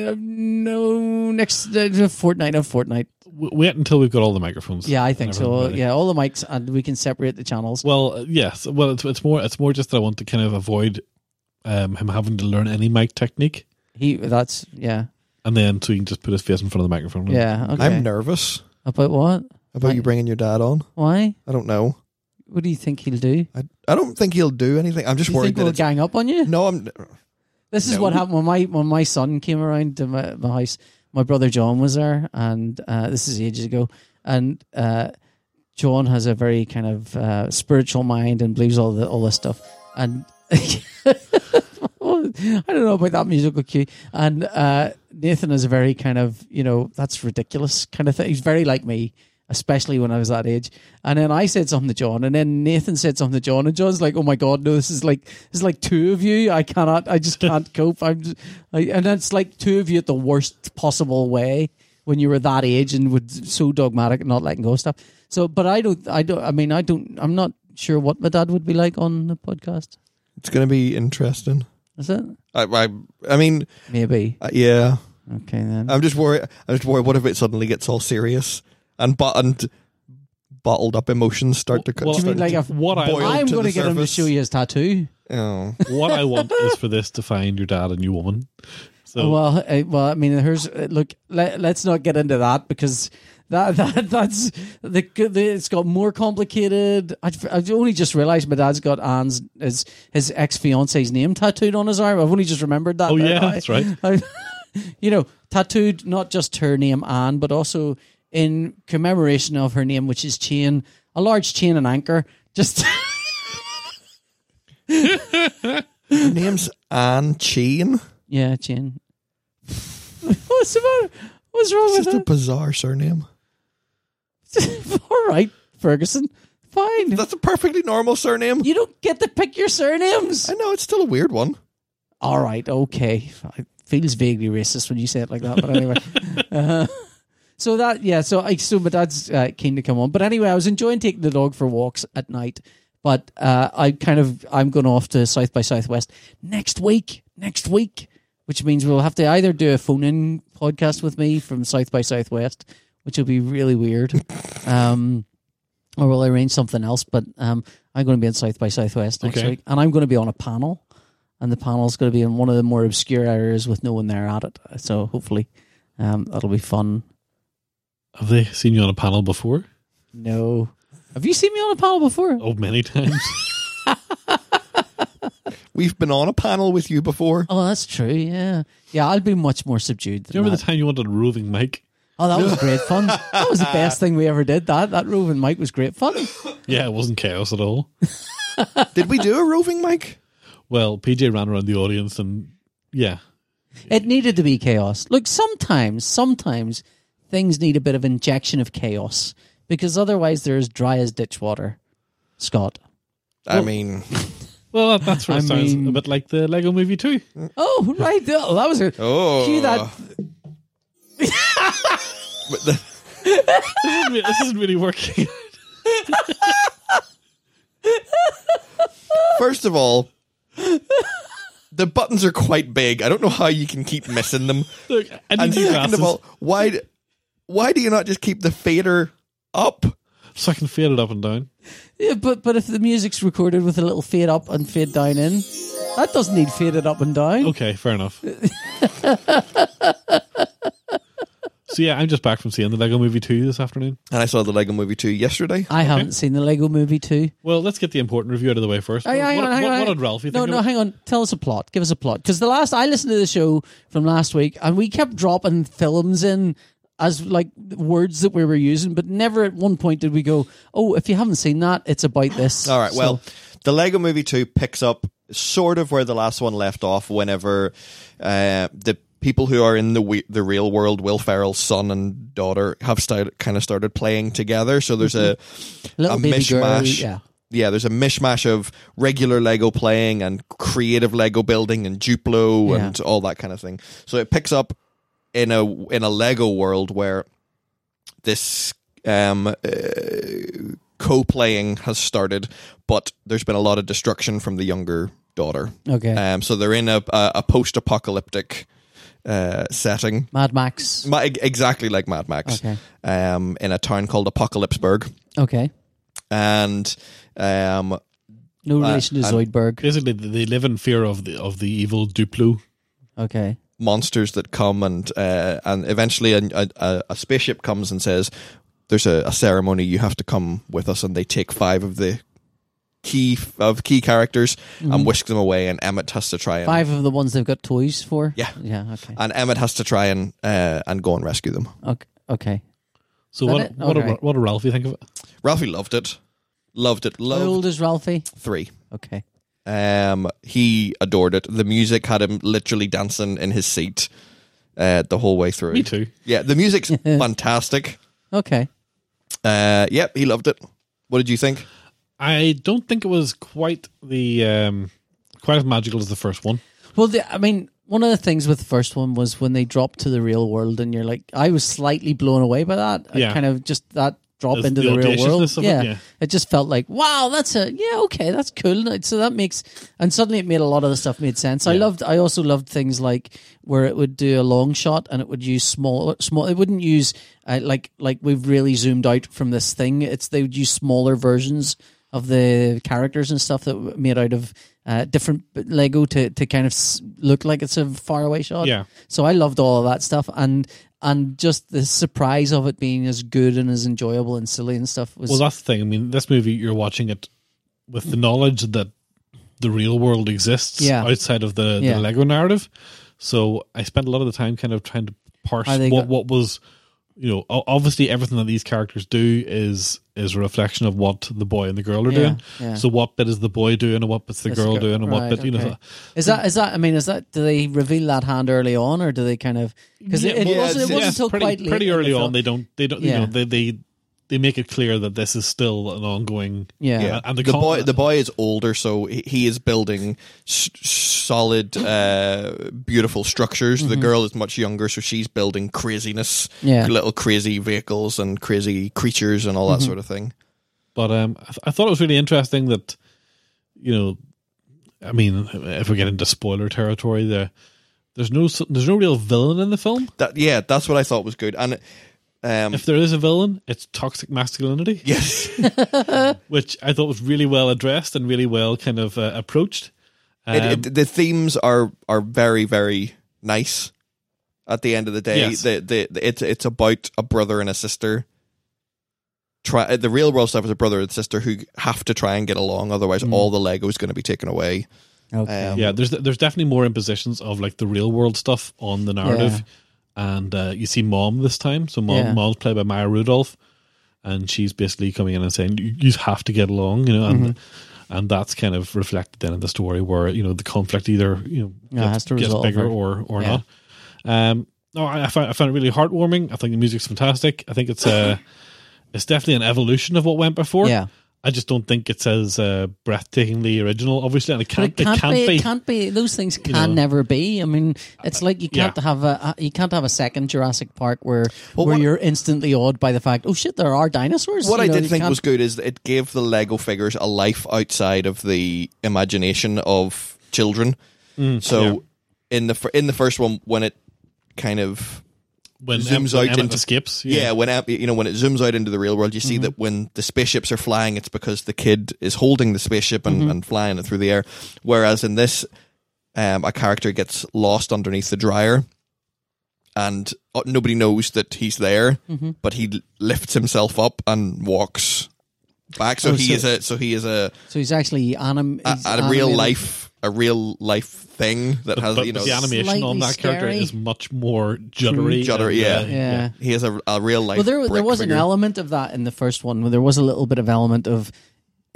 [SPEAKER 1] no next uh, fortnight of fortnight
[SPEAKER 2] W- Wait until we've got all the microphones.
[SPEAKER 1] yeah I think
[SPEAKER 2] and
[SPEAKER 1] so
[SPEAKER 2] everything ready.
[SPEAKER 1] yeah all the mics and we can separate the channels
[SPEAKER 2] Well, uh, yes. Well, it's, it's more it's more just that I want to kind of avoid um, him having to learn any mic technique,
[SPEAKER 1] He that's yeah.
[SPEAKER 2] and then so he can just put his face in front of the microphone.
[SPEAKER 1] Yeah. Okay.
[SPEAKER 3] I'm nervous
[SPEAKER 1] About what?
[SPEAKER 3] about you bringing your dad on.
[SPEAKER 1] Why?
[SPEAKER 3] I don't know.
[SPEAKER 1] What do you think he'll do?
[SPEAKER 3] I, I don't think he'll do anything. I'm just
[SPEAKER 1] Do you
[SPEAKER 3] worried
[SPEAKER 1] think
[SPEAKER 3] that
[SPEAKER 1] we'll
[SPEAKER 3] it's,
[SPEAKER 1] gang up on you?
[SPEAKER 3] no. I'm
[SPEAKER 1] This is what happened when my when my son came around to my, my house. My brother John was there, and uh, this is ages ago. And uh, John has a very kind of uh, spiritual mind and believes all the all this stuff. And I don't know about that musical cue. And uh, Nathan is a very kind of you know that's ridiculous kind of thing. He's very like me. Especially when I was that age, and then I said something to John, and then Nathan said something to John, and John's like, "Oh my God, no! This is like this is like two of you. I cannot. I just can't cope. I'm, just, I, and that's like two of you at the worst possible way when you were that age and would so dogmatic and not letting go of stuff. So, but I don't, I don't, I mean, I don't, I'm not sure what my dad would be like on the podcast.
[SPEAKER 3] it's going to be interesting.
[SPEAKER 1] Is it?
[SPEAKER 3] I I, I mean,
[SPEAKER 1] Maybe.
[SPEAKER 3] uh, yeah.
[SPEAKER 1] Okay then.
[SPEAKER 3] I'm just worried. I'm just worried. What if it suddenly gets all serious and but and bottled up emotions start to? co-
[SPEAKER 2] Well,
[SPEAKER 1] Do you mean
[SPEAKER 3] start
[SPEAKER 1] like
[SPEAKER 3] to-
[SPEAKER 1] a-
[SPEAKER 2] What I
[SPEAKER 3] Boil.
[SPEAKER 1] I'm
[SPEAKER 3] to
[SPEAKER 1] going to
[SPEAKER 3] the
[SPEAKER 1] get him to
[SPEAKER 3] surface.
[SPEAKER 1] show you his tattoo.
[SPEAKER 3] Oh.
[SPEAKER 2] what I want is for this to find your dad a new woman. So
[SPEAKER 1] Well, uh, well, I mean, here's uh, look. Let, let's not get into that because that that that's the, the it's got more complicated. I've, I've only just realised my dad's got Anne's his his ex fiance's name tattooed on his arm. I've only just remembered that.
[SPEAKER 2] Oh, yeah,
[SPEAKER 1] I-
[SPEAKER 2] that's right.
[SPEAKER 1] I- you know, tattooed not just her name Anne, but also in commemoration of her name, which is chain, a large chain and anchor. Just
[SPEAKER 3] Her Oh. name's Anne Chain.
[SPEAKER 1] yeah, chain. What's the matter? What's wrong
[SPEAKER 3] It's
[SPEAKER 1] with
[SPEAKER 3] just a
[SPEAKER 1] that?
[SPEAKER 3] bizarre surname.
[SPEAKER 1] All right, Ferguson. Fine.
[SPEAKER 3] That's a perfectly normal surname.
[SPEAKER 1] you don't get to pick your surnames.
[SPEAKER 3] I know it's still a weird one.
[SPEAKER 1] All right, okay. It feels vaguely racist when you say it like that, but anyway. Uh, so that yeah, so I so my dad's uh, keen to come on. But anyway, I was enjoying taking the dog for walks at night. But uh, I kind of I'm going off to South by Southwest next week. Next week, which means we'll have to either do a phone in podcast with me from South by Southwest, which will be really weird. um, or we'll arrange something else. But um, I'm going to be in South by Southwest next
[SPEAKER 2] Okay.
[SPEAKER 1] week, and I'm going to be on a panel, and the panel's going to be in one of the more obscure areas with no one there at it. So hopefully, um, that'll be fun.
[SPEAKER 2] have they seen you on a panel before?
[SPEAKER 1] No, have you seen me on a panel before?
[SPEAKER 2] Oh, many times.
[SPEAKER 3] We've been on a panel with you before.
[SPEAKER 1] Oh, that's true. Yeah, yeah. I'll be much more subdued.
[SPEAKER 2] Do you
[SPEAKER 1] Than
[SPEAKER 2] remember
[SPEAKER 1] that.
[SPEAKER 2] the time you wanted a roving mic?
[SPEAKER 1] oh, that was great fun. That was the best thing we ever did. That that roving mic was great fun.
[SPEAKER 2] Yeah, it wasn't chaos at all.
[SPEAKER 3] Did we do a roving mic?
[SPEAKER 2] Well, PJ ran around the audience and yeah,
[SPEAKER 1] It needed to be chaos. Look, sometimes, sometimes things need a bit of injection of chaos because otherwise they're as dry as ditch water. Scott.
[SPEAKER 3] I mean,
[SPEAKER 2] Well, that, that's what it
[SPEAKER 1] I
[SPEAKER 2] sounds
[SPEAKER 1] mean-
[SPEAKER 2] a bit like the Lego Movie too.
[SPEAKER 1] Oh, right. Oh, that was a
[SPEAKER 3] oh,
[SPEAKER 1] cue that.
[SPEAKER 3] But the-
[SPEAKER 2] this isn't really working.
[SPEAKER 3] First of all, the buttons are quite big. I don't know how you can keep missing them.
[SPEAKER 2] Look, I need
[SPEAKER 3] And
[SPEAKER 2] new
[SPEAKER 3] second
[SPEAKER 2] glasses
[SPEAKER 3] of all, why d- why do you not just keep the fader up?
[SPEAKER 2] so I can fade it up and down.
[SPEAKER 1] Yeah, but but if the music's recorded with a little fade up and fade down in, that doesn't need faded up and down.
[SPEAKER 2] Okay, fair enough. so yeah, I'm just back from seeing the Lego Movie 2 this afternoon.
[SPEAKER 3] And I saw the Lego Movie 2 yesterday.
[SPEAKER 1] I haven't seen the Lego Movie too.
[SPEAKER 2] Well, let's get the important review out of the way first.
[SPEAKER 1] Hang- Oh, hang
[SPEAKER 2] what,
[SPEAKER 1] on, hang on,
[SPEAKER 2] what- what
[SPEAKER 1] hang
[SPEAKER 2] did
[SPEAKER 1] on.
[SPEAKER 2] Ralphie
[SPEAKER 1] No,
[SPEAKER 2] think
[SPEAKER 1] no,
[SPEAKER 2] of it?
[SPEAKER 1] hang on. Tell us a plot. Give us a plot. Because the last I listened to the show from last week, and we kept dropping films in as like words that we were using, but never at one point did we go, "Oh, if you haven't seen that, it's about this."
[SPEAKER 3] All right.
[SPEAKER 1] So-
[SPEAKER 3] Well, the Lego Movie Two picks up sort of where the last one left off. Whenever uh, the people who are in the we- the real world, Will Ferrell's son and daughter, have started kind of started playing together. So there's a
[SPEAKER 1] little
[SPEAKER 3] a
[SPEAKER 1] baby girl,
[SPEAKER 3] mishmash.
[SPEAKER 1] yeah.
[SPEAKER 3] Yeah, there's a mishmash of regular Lego playing and creative Lego building and Duplo
[SPEAKER 1] Yeah.
[SPEAKER 3] and all that kind of thing. So it picks up in a in a Lego world where this um, uh, co-playing has started, but there's been a lot of destruction from the younger daughter.
[SPEAKER 1] Okay.
[SPEAKER 2] Uh,
[SPEAKER 3] Um, so they're in a a, a post-apocalyptic uh, setting,
[SPEAKER 1] Mad Max.
[SPEAKER 3] Ma- e-, exactly like Mad Max,
[SPEAKER 1] Okay.
[SPEAKER 3] um, in a town called Apocalypseburg,
[SPEAKER 1] Okay.
[SPEAKER 3] and um,
[SPEAKER 2] uh,
[SPEAKER 1] No relation to Zoidberg.
[SPEAKER 2] Basically, they live in fear of the of the evil Duplo.
[SPEAKER 1] Okay.
[SPEAKER 3] monsters that come and uh, and eventually a, a- a, a spaceship comes and says there's a, a ceremony you have to come with us and they take five of the key of key characters
[SPEAKER 2] Mm-hmm.
[SPEAKER 3] and whisk them away and Emmett has to try and
[SPEAKER 1] Five of the ones they've got toys for.
[SPEAKER 3] Yeah.
[SPEAKER 1] Yeah. Okay.
[SPEAKER 2] Uh,
[SPEAKER 3] and Emmett has to try and uh, and go and rescue them.
[SPEAKER 1] Okay. Okay.
[SPEAKER 2] So
[SPEAKER 1] Is
[SPEAKER 2] what
[SPEAKER 1] that it?
[SPEAKER 2] what,
[SPEAKER 1] Okay.
[SPEAKER 2] a, what did Ralphie think of it?
[SPEAKER 3] Ralphie loved it. Loved it.
[SPEAKER 1] How
[SPEAKER 3] Loved
[SPEAKER 1] old is Ralphie?
[SPEAKER 3] three.
[SPEAKER 1] Okay.
[SPEAKER 3] Um, he adored it. The music had him literally dancing in his seat uh, the whole way through.
[SPEAKER 2] Me too.
[SPEAKER 3] Yeah, the music's fantastic.
[SPEAKER 1] Okay.
[SPEAKER 3] Uh, yep, he loved it. What did you think?
[SPEAKER 2] I don't think it was quite the um, quite as magical as the first one.
[SPEAKER 1] Well, the, I mean, one of the things with the first one was when they dropped to the real world, and you're like, I was slightly blown away by that. I
[SPEAKER 2] Yeah.
[SPEAKER 1] kind of just that drop
[SPEAKER 2] The-
[SPEAKER 1] into
[SPEAKER 2] the
[SPEAKER 1] the, real world.
[SPEAKER 2] audaciousness of it,
[SPEAKER 1] yeah.
[SPEAKER 2] yeah.
[SPEAKER 1] it just felt like, wow, that's a yeah, okay, that's cool. And So that makes, and suddenly it made a lot of the stuff made sense. I loved, I also loved things like where it would do a long shot and it would use small, small. It wouldn't use uh, like like we've really zoomed out from this thing. It's they would use smaller versions of the characters and stuff that were made out of uh, different Lego to, to kind of s- look like it's a faraway shot.
[SPEAKER 2] Yeah.
[SPEAKER 1] So I loved all of that stuff and and just the surprise of it being as good and as enjoyable and silly and stuff was
[SPEAKER 2] Well, that's the thing. I mean, this movie you're watching it with the knowledge that the real world exists
[SPEAKER 1] Yeah.
[SPEAKER 2] outside of the,
[SPEAKER 1] Yeah.
[SPEAKER 2] the Lego narrative. So I spent a lot of the time kind of trying to parse
[SPEAKER 1] How they
[SPEAKER 2] what,
[SPEAKER 1] got-
[SPEAKER 2] what was, you know, o- obviously everything that these characters do is is a reflection of what the boy and the girl are
[SPEAKER 1] Yeah,
[SPEAKER 2] doing.
[SPEAKER 1] yeah.
[SPEAKER 2] So what bit is the boy doing and what bit's the
[SPEAKER 1] It's
[SPEAKER 2] girl
[SPEAKER 1] go-
[SPEAKER 2] doing and what
[SPEAKER 1] right,
[SPEAKER 2] bit, you know.
[SPEAKER 1] okay. Is that is that? I mean, is that? Do they reveal that hand early on, or do they kind of? Because
[SPEAKER 2] Yeah,
[SPEAKER 1] it, it
[SPEAKER 2] well,
[SPEAKER 1] wasn't. It
[SPEAKER 3] yeah,
[SPEAKER 1] wasn't
[SPEAKER 2] yes,
[SPEAKER 1] until
[SPEAKER 2] pretty,
[SPEAKER 1] quite late
[SPEAKER 2] pretty
[SPEAKER 1] in the
[SPEAKER 2] early
[SPEAKER 1] film.
[SPEAKER 2] on. They don't. They don't.
[SPEAKER 1] Yeah.
[SPEAKER 2] You know. They they they make it clear that this is still an ongoing. uh,
[SPEAKER 1] Yeah. Yeah.
[SPEAKER 2] And the,
[SPEAKER 3] the boy,
[SPEAKER 2] con-
[SPEAKER 3] the boy is older, so he- he is building s- s- solid, uh, beautiful structures. The girl is much younger, so she's building craziness,
[SPEAKER 1] Yeah.
[SPEAKER 3] little crazy vehicles and crazy creatures and all that sort of thing.
[SPEAKER 2] But um, I, th- I thought it was really interesting that, you know, I mean, if we get into spoiler territory, there, there's no s- there's no real villain in the film.
[SPEAKER 3] That yeah, that's what I thought was good. And um,
[SPEAKER 2] If there is a villain, it's toxic masculinity,
[SPEAKER 3] yes,
[SPEAKER 2] which I thought was really well addressed and really well kind of uh, approached. Um,
[SPEAKER 3] it, it, the themes are are very very nice. At the end of the day,
[SPEAKER 2] Yes.
[SPEAKER 3] the, the, the- it's it's about a brother and a sister. Try the real world stuff is a brother and sister who have to try and get along, otherwise
[SPEAKER 2] Mm.
[SPEAKER 3] all the Lego is going to be taken away.
[SPEAKER 1] Okay.
[SPEAKER 3] Um,
[SPEAKER 2] yeah, there's there's definitely more impositions of like the real world stuff on the narrative, and uh, you see mom this time. So mom,
[SPEAKER 1] Yeah.
[SPEAKER 2] mom's played by Maya Rudolph, and she's basically coming in and saying you, you have to get along, you know, and
[SPEAKER 1] Mm-hmm.
[SPEAKER 2] and that's kind of reflected then in the story where you know the conflict either you know
[SPEAKER 1] Yeah, it has to resolve
[SPEAKER 2] bigger
[SPEAKER 1] or-
[SPEAKER 2] or or
[SPEAKER 1] yeah.
[SPEAKER 2] not. Um, no, I, I found I found it really heartwarming. I think the music's fantastic. I think it's uh, it's definitely an evolution of what went before.
[SPEAKER 1] Yeah.
[SPEAKER 2] I just don't think it's as uh, breathtakingly original. Obviously, and it
[SPEAKER 1] But
[SPEAKER 2] can't,
[SPEAKER 1] it can't, be,
[SPEAKER 2] be.
[SPEAKER 1] It can't be. Those things can never be. I mean, it's like you can't
[SPEAKER 2] yeah.
[SPEAKER 1] have a you can't have a second Jurassic Park where where
[SPEAKER 3] what-
[SPEAKER 1] you're instantly awed by the fact. Oh shit, there are dinosaurs.
[SPEAKER 3] What
[SPEAKER 1] You
[SPEAKER 3] I
[SPEAKER 1] know,
[SPEAKER 3] did
[SPEAKER 1] you
[SPEAKER 3] think
[SPEAKER 1] can't-
[SPEAKER 3] was good is that it gave the Lego figures a life outside of the imagination of
[SPEAKER 2] Mm,
[SPEAKER 3] children. so in the fir- in the first one, when it kind of
[SPEAKER 2] when
[SPEAKER 3] zooms
[SPEAKER 2] Em- when
[SPEAKER 3] out
[SPEAKER 2] Emmett
[SPEAKER 3] into
[SPEAKER 2] escapes.
[SPEAKER 3] Yeah. when Em- you know when it zooms out into the real world, you
[SPEAKER 1] Mm-hmm.
[SPEAKER 3] see that when the spaceships are flying, it's because the kid is holding the spaceship and,
[SPEAKER 1] Mm-hmm.
[SPEAKER 3] and flying it through the air. Whereas in this, um, a character gets lost underneath the dryer, and uh, nobody knows that he's there,
[SPEAKER 1] Mm-hmm.
[SPEAKER 3] but he l- lifts himself up and walks back. So
[SPEAKER 1] Oh,
[SPEAKER 3] he
[SPEAKER 1] so-
[SPEAKER 3] is a so he is a
[SPEAKER 1] So he's actually anim-
[SPEAKER 3] a,
[SPEAKER 1] he's
[SPEAKER 3] a real
[SPEAKER 1] animated.
[SPEAKER 3] life a real life thing that has
[SPEAKER 2] but
[SPEAKER 3] you know Mm,
[SPEAKER 2] the animation on
[SPEAKER 1] slightly
[SPEAKER 2] that character
[SPEAKER 1] scary.
[SPEAKER 2] is much more juddery. and,
[SPEAKER 3] Juddery, yeah.
[SPEAKER 2] uh,
[SPEAKER 1] Yeah.
[SPEAKER 3] he is a, a real life.
[SPEAKER 1] Well, there there
[SPEAKER 3] brick
[SPEAKER 1] was
[SPEAKER 3] figure.
[SPEAKER 1] an element of that in the first one. Where there was a little bit of element of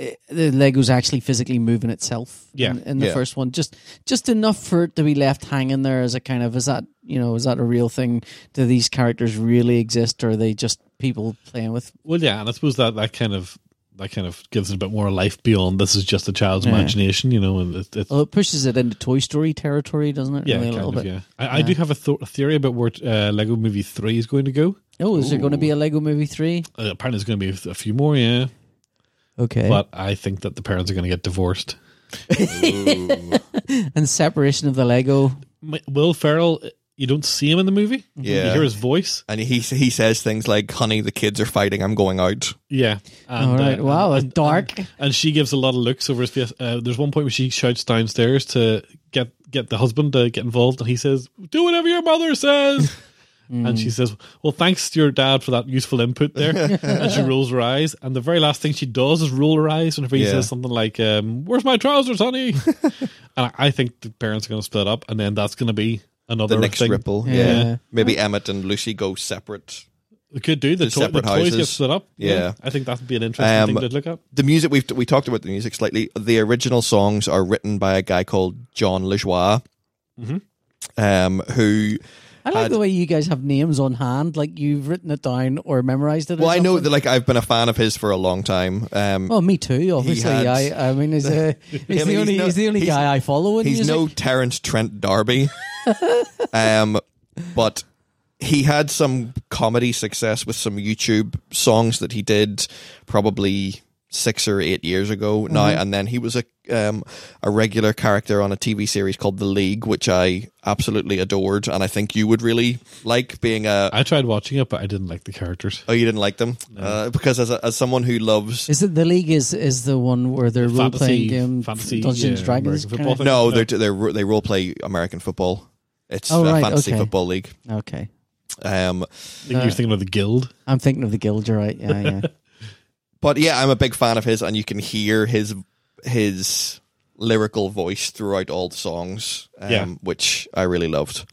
[SPEAKER 1] eh, the Lego's actually physically moving itself.
[SPEAKER 2] Yeah.
[SPEAKER 1] In, in the
[SPEAKER 3] Yeah.
[SPEAKER 1] first one, just just enough for it to be left hanging there as a kind of is that you know is that a real thing? Do these characters really exist, or are they just people playing with?
[SPEAKER 2] Well, yeah, and I suppose that that kind of that kind of gives it a bit more life beyond this is just a child's imagination, you know. And it, it's
[SPEAKER 1] Well, it pushes it into Toy Story territory, doesn't it?
[SPEAKER 2] yeah,
[SPEAKER 1] really, Oh, a
[SPEAKER 2] kind
[SPEAKER 1] little
[SPEAKER 2] of,
[SPEAKER 1] bit.
[SPEAKER 2] yeah. I, I do have a, th- a theory about where uh, Lego Movie Three is going to go.
[SPEAKER 1] Oh, is there going to be a Lego Movie three?
[SPEAKER 2] Uh, apparently, there's going to be a few more, yeah.
[SPEAKER 1] Okay,
[SPEAKER 2] But I think that the parents are going to get divorced.
[SPEAKER 1] and separation of the Lego.
[SPEAKER 2] Mi- Will Ferrell, uh, you don't see him in the movie.
[SPEAKER 3] Yeah.
[SPEAKER 2] you hear his voice.
[SPEAKER 3] and he he says things like, "Honey, the kids are fighting. I'm going out."
[SPEAKER 2] Yeah. And,
[SPEAKER 1] All right,
[SPEAKER 2] uh,
[SPEAKER 1] wow,
[SPEAKER 2] and-
[SPEAKER 1] it's dark.
[SPEAKER 2] And she gives a lot of looks over his face. Uh, there's one point where she shouts downstairs to get get the husband to get involved, and he says, "Do whatever your mother says." And she says, "Well, thanks to your dad for that useful input there." and she rolls her eyes, and the very last thing she does is roll her eyes whenever he
[SPEAKER 3] Yeah.
[SPEAKER 2] says something like, um, "Where's my trousers, honey?" and I, I think the parents are going to split up, and then that's going to be another
[SPEAKER 3] The next
[SPEAKER 2] thing.
[SPEAKER 3] ripple, yeah.
[SPEAKER 1] Yeah.
[SPEAKER 3] Maybe Emmett and Lucy go separate.
[SPEAKER 2] We could do the,
[SPEAKER 3] The
[SPEAKER 2] toy, the
[SPEAKER 3] separate
[SPEAKER 2] toys get
[SPEAKER 3] houses.
[SPEAKER 2] split up.
[SPEAKER 3] Yeah.
[SPEAKER 2] I think that would be an interesting
[SPEAKER 3] Um,
[SPEAKER 2] thing to look at.
[SPEAKER 3] The music we've we talked about the music slightly. The original songs are written by a guy called John LeJoie, um, who
[SPEAKER 1] I like
[SPEAKER 3] had-
[SPEAKER 1] the way you guys have names on hand, like you've written it down or memorized it. or
[SPEAKER 3] well, I know
[SPEAKER 1] something.
[SPEAKER 3] that like I've been a fan of his for a long time. Um,
[SPEAKER 1] Well, me too. Obviously,
[SPEAKER 3] had-
[SPEAKER 1] I, I mean, he's, uh, he's, the
[SPEAKER 3] I mean, he's
[SPEAKER 1] only,
[SPEAKER 3] no-
[SPEAKER 1] he's the only
[SPEAKER 3] he's-
[SPEAKER 1] guy I follow in
[SPEAKER 3] he's
[SPEAKER 1] music.
[SPEAKER 3] no Terence Trent D'Arby, um, but he had some comedy success with some YouTube songs that he did probably six or eight years ago now,
[SPEAKER 1] Mm-hmm.
[SPEAKER 3] and then he was a um, a regular character on a TV series called The League, which I absolutely adored, and I think you would really like being a.
[SPEAKER 2] I tried watching it, but I didn't like the characters.
[SPEAKER 3] Oh, you didn't like them uh, because as a, as someone who loves
[SPEAKER 1] Is it the league? Is is the one where they're role playing
[SPEAKER 2] Fantasy-
[SPEAKER 1] game,
[SPEAKER 2] fantasy,
[SPEAKER 1] Dungeons
[SPEAKER 2] yeah,
[SPEAKER 1] Dragons?
[SPEAKER 2] American
[SPEAKER 1] kinda-
[SPEAKER 2] football thing.
[SPEAKER 3] no, they're, they're they role play American football. It's
[SPEAKER 1] Oh,
[SPEAKER 3] a
[SPEAKER 1] right,
[SPEAKER 3] fantasy
[SPEAKER 1] okay.
[SPEAKER 3] football league.
[SPEAKER 1] Okay, Uh,
[SPEAKER 3] Um,
[SPEAKER 2] I think you're thinking of the guild.
[SPEAKER 1] I'm thinking of the guild. You're right. Yeah, yeah.
[SPEAKER 3] but yeah, I'm a big fan of his, and you can hear his his lyrical voice throughout all the songs, um,
[SPEAKER 2] Yeah.
[SPEAKER 3] which I really loved.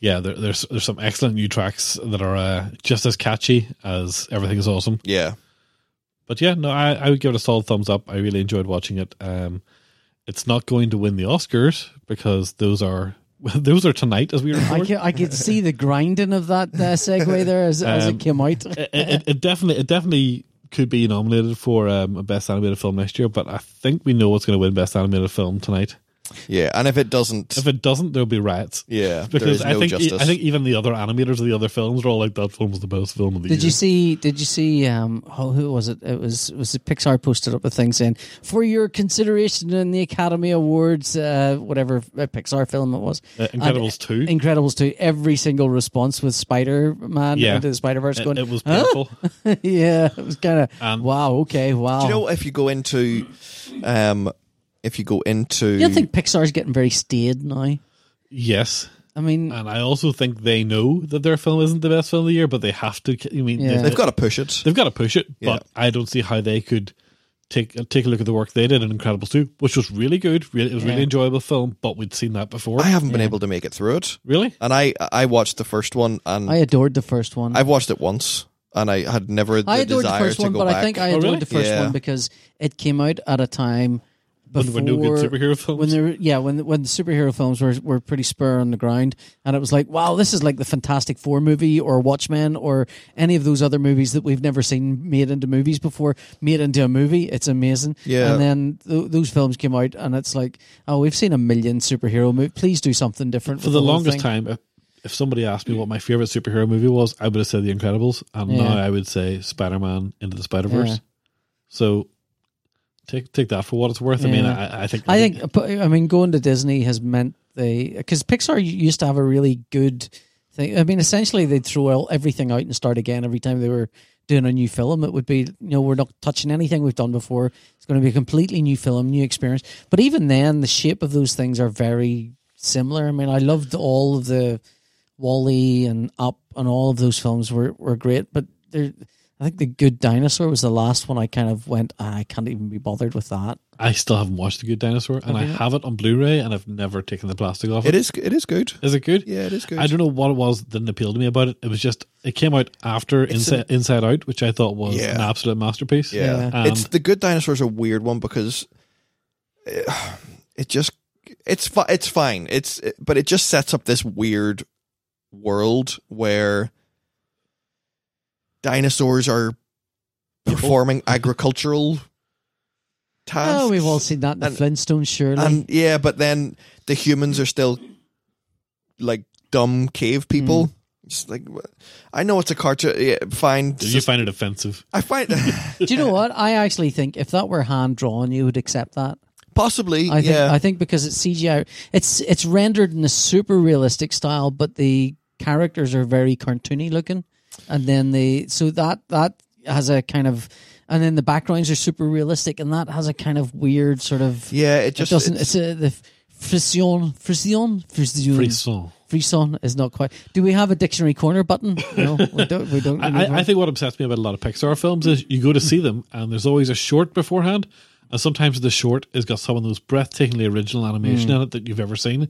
[SPEAKER 2] Yeah, there, there's there's some excellent new tracks that are uh, just as catchy as everything is awesome.
[SPEAKER 3] Yeah,
[SPEAKER 2] But yeah, no, I, I would give it a solid thumbs up. I really enjoyed watching it. Um, it's not going to win the Oscars because those are those are tonight as we
[SPEAKER 1] I
[SPEAKER 2] record.
[SPEAKER 1] can, I could see the grinding of that uh, segue there as, as
[SPEAKER 2] Um,
[SPEAKER 1] it came out.
[SPEAKER 2] It, it, it definitely it definitely could be nominated for um, a best animated film next year, but I think we know what's going to win best animated film tonight.
[SPEAKER 3] yeah, and if it doesn't,
[SPEAKER 2] If it doesn't, there'll be riots.
[SPEAKER 3] yeah, there
[SPEAKER 2] Because
[SPEAKER 3] is no
[SPEAKER 2] I think e-
[SPEAKER 3] justice.
[SPEAKER 2] I think even the other animators of the other films were all like that film was the best film of the year.
[SPEAKER 1] Did you see? Did you see? Um, oh, who was it? It was was it Pixar posted up a thing saying for your consideration in the Academy Awards, uh, whatever uh, Pixar film it was.
[SPEAKER 2] Uh, Incredibles two?
[SPEAKER 1] And Incredibles two. Every single response was Spider Man
[SPEAKER 2] Yeah.
[SPEAKER 1] into the Spider Verse
[SPEAKER 2] it,
[SPEAKER 1] going.
[SPEAKER 2] it was painful.
[SPEAKER 1] yeah, it was kind of
[SPEAKER 2] Um,
[SPEAKER 1] wow. Okay, wow.
[SPEAKER 3] Do you
[SPEAKER 2] oh.
[SPEAKER 3] know if you go into, um, if you go into,
[SPEAKER 1] You don't think Pixar's getting very staid now?
[SPEAKER 2] yes.
[SPEAKER 1] I mean,
[SPEAKER 2] And I also think they know that their film isn't the best film of the year, but they have to. I mean,
[SPEAKER 1] Yeah.
[SPEAKER 2] they've,
[SPEAKER 3] they've
[SPEAKER 2] got,
[SPEAKER 3] got to push it.
[SPEAKER 2] they've got to push it.
[SPEAKER 3] Yeah.
[SPEAKER 2] But I don't see how they could take take a look at the work they did in Incredibles two, which was really good. Really, it was a really
[SPEAKER 1] Yeah.
[SPEAKER 2] enjoyable film, but we'd seen that before.
[SPEAKER 3] I haven't been able to make it through it,
[SPEAKER 2] really?
[SPEAKER 3] and I I watched the first one, and
[SPEAKER 1] I adored the first one.
[SPEAKER 3] I've watched it once, and I had never the
[SPEAKER 1] I adored the
[SPEAKER 3] desire
[SPEAKER 1] first
[SPEAKER 3] to
[SPEAKER 1] one,
[SPEAKER 3] go
[SPEAKER 1] but
[SPEAKER 3] back.
[SPEAKER 1] I think I
[SPEAKER 2] Oh,
[SPEAKER 1] adored
[SPEAKER 2] really?
[SPEAKER 1] the first
[SPEAKER 3] Yeah.
[SPEAKER 1] one because it came out at a time
[SPEAKER 2] When there
[SPEAKER 1] before
[SPEAKER 2] were no good superhero films?
[SPEAKER 1] When there, were- yeah, when when the superhero films were were pretty spur on the ground, and it was like, wow, this is like the Fantastic Four movie or Watchmen or any of those other movies that we've never seen made into movies before, made into a movie. It's amazing.
[SPEAKER 3] Yeah.
[SPEAKER 1] And then th- those films came out, and it's like, oh, we've seen a million superhero movies. Please do something different
[SPEAKER 2] For the, longest time, if, if somebody asked me what my favorite superhero movie was, I would have said The Incredibles, and
[SPEAKER 1] Yeah.
[SPEAKER 2] now I would say Spider Man Into the Spider Verse.
[SPEAKER 1] Yeah.
[SPEAKER 2] So take take that for what it's worth. I mean,
[SPEAKER 1] Yeah.
[SPEAKER 2] I, I think
[SPEAKER 1] I think, but, I mean, going to Disney has meant they because Pixar used to have a really good thing. I mean, essentially, they'd throw out everything out and start again every time they were doing a new film. It would be, you know, we're not touching anything we've done before. It's going to be a completely new film, new experience. But even then, the shape of those things are very similar. I mean, I loved all of the Wally and Up and all of those films were, were great, but they're. I think the Good Dinosaur was the last one I kind of went. "Ah, I can't even be bothered with that.
[SPEAKER 2] I still haven't watched The Good Dinosaur, and I have it on Blu-ray, and I've never taken the plastic off it.
[SPEAKER 3] It is. It is good.
[SPEAKER 2] Is it good?
[SPEAKER 3] Yeah, it is good.
[SPEAKER 2] I don't know what it was that didn't appeal to me about it. It was just it came out after Inside, Inside Out, which I thought was
[SPEAKER 3] Yeah.
[SPEAKER 2] an absolute masterpiece.
[SPEAKER 3] Yeah,
[SPEAKER 2] Yeah.
[SPEAKER 3] it's
[SPEAKER 2] Um,
[SPEAKER 3] the good dinosaur's a weird one because it, it just it's fi- it's fine. It's but it just sets up this weird world where dinosaurs are performing
[SPEAKER 2] Oh.
[SPEAKER 3] agricultural tasks.
[SPEAKER 1] Oh, we've all seen that in the
[SPEAKER 3] And-
[SPEAKER 1] Flintstones, surely.
[SPEAKER 3] And yeah, but then the humans are still like dumb cave
[SPEAKER 1] Hmm.
[SPEAKER 3] people. Just like wh- I know it's a cartoon. Yeah, fine.
[SPEAKER 2] Did you find it offensive?
[SPEAKER 3] I find
[SPEAKER 1] Do you know what? I actually think if that were hand drawn, you would accept that.
[SPEAKER 3] possibly.
[SPEAKER 1] I think
[SPEAKER 3] yeah.
[SPEAKER 1] I think because it's CGI, it's it's rendered in a super realistic style, but the characters are very cartoony looking, and then the so that that has a kind of, and then the backgrounds are super realistic, and that has a kind of weird sort of
[SPEAKER 3] Yeah, it just
[SPEAKER 1] it doesn't. It's,
[SPEAKER 3] It's,
[SPEAKER 1] a the frisson frisson frisson
[SPEAKER 2] Frisson.
[SPEAKER 1] frisson is not quite. Do we have a dictionary corner button? No, we don't. We don't.
[SPEAKER 2] I, I- I think what upsets me about a lot of Pixar films is you go to see them and there's always a short beforehand, and sometimes the short has got some of those breathtakingly original animation
[SPEAKER 1] Mm.
[SPEAKER 2] in it that you've ever seen,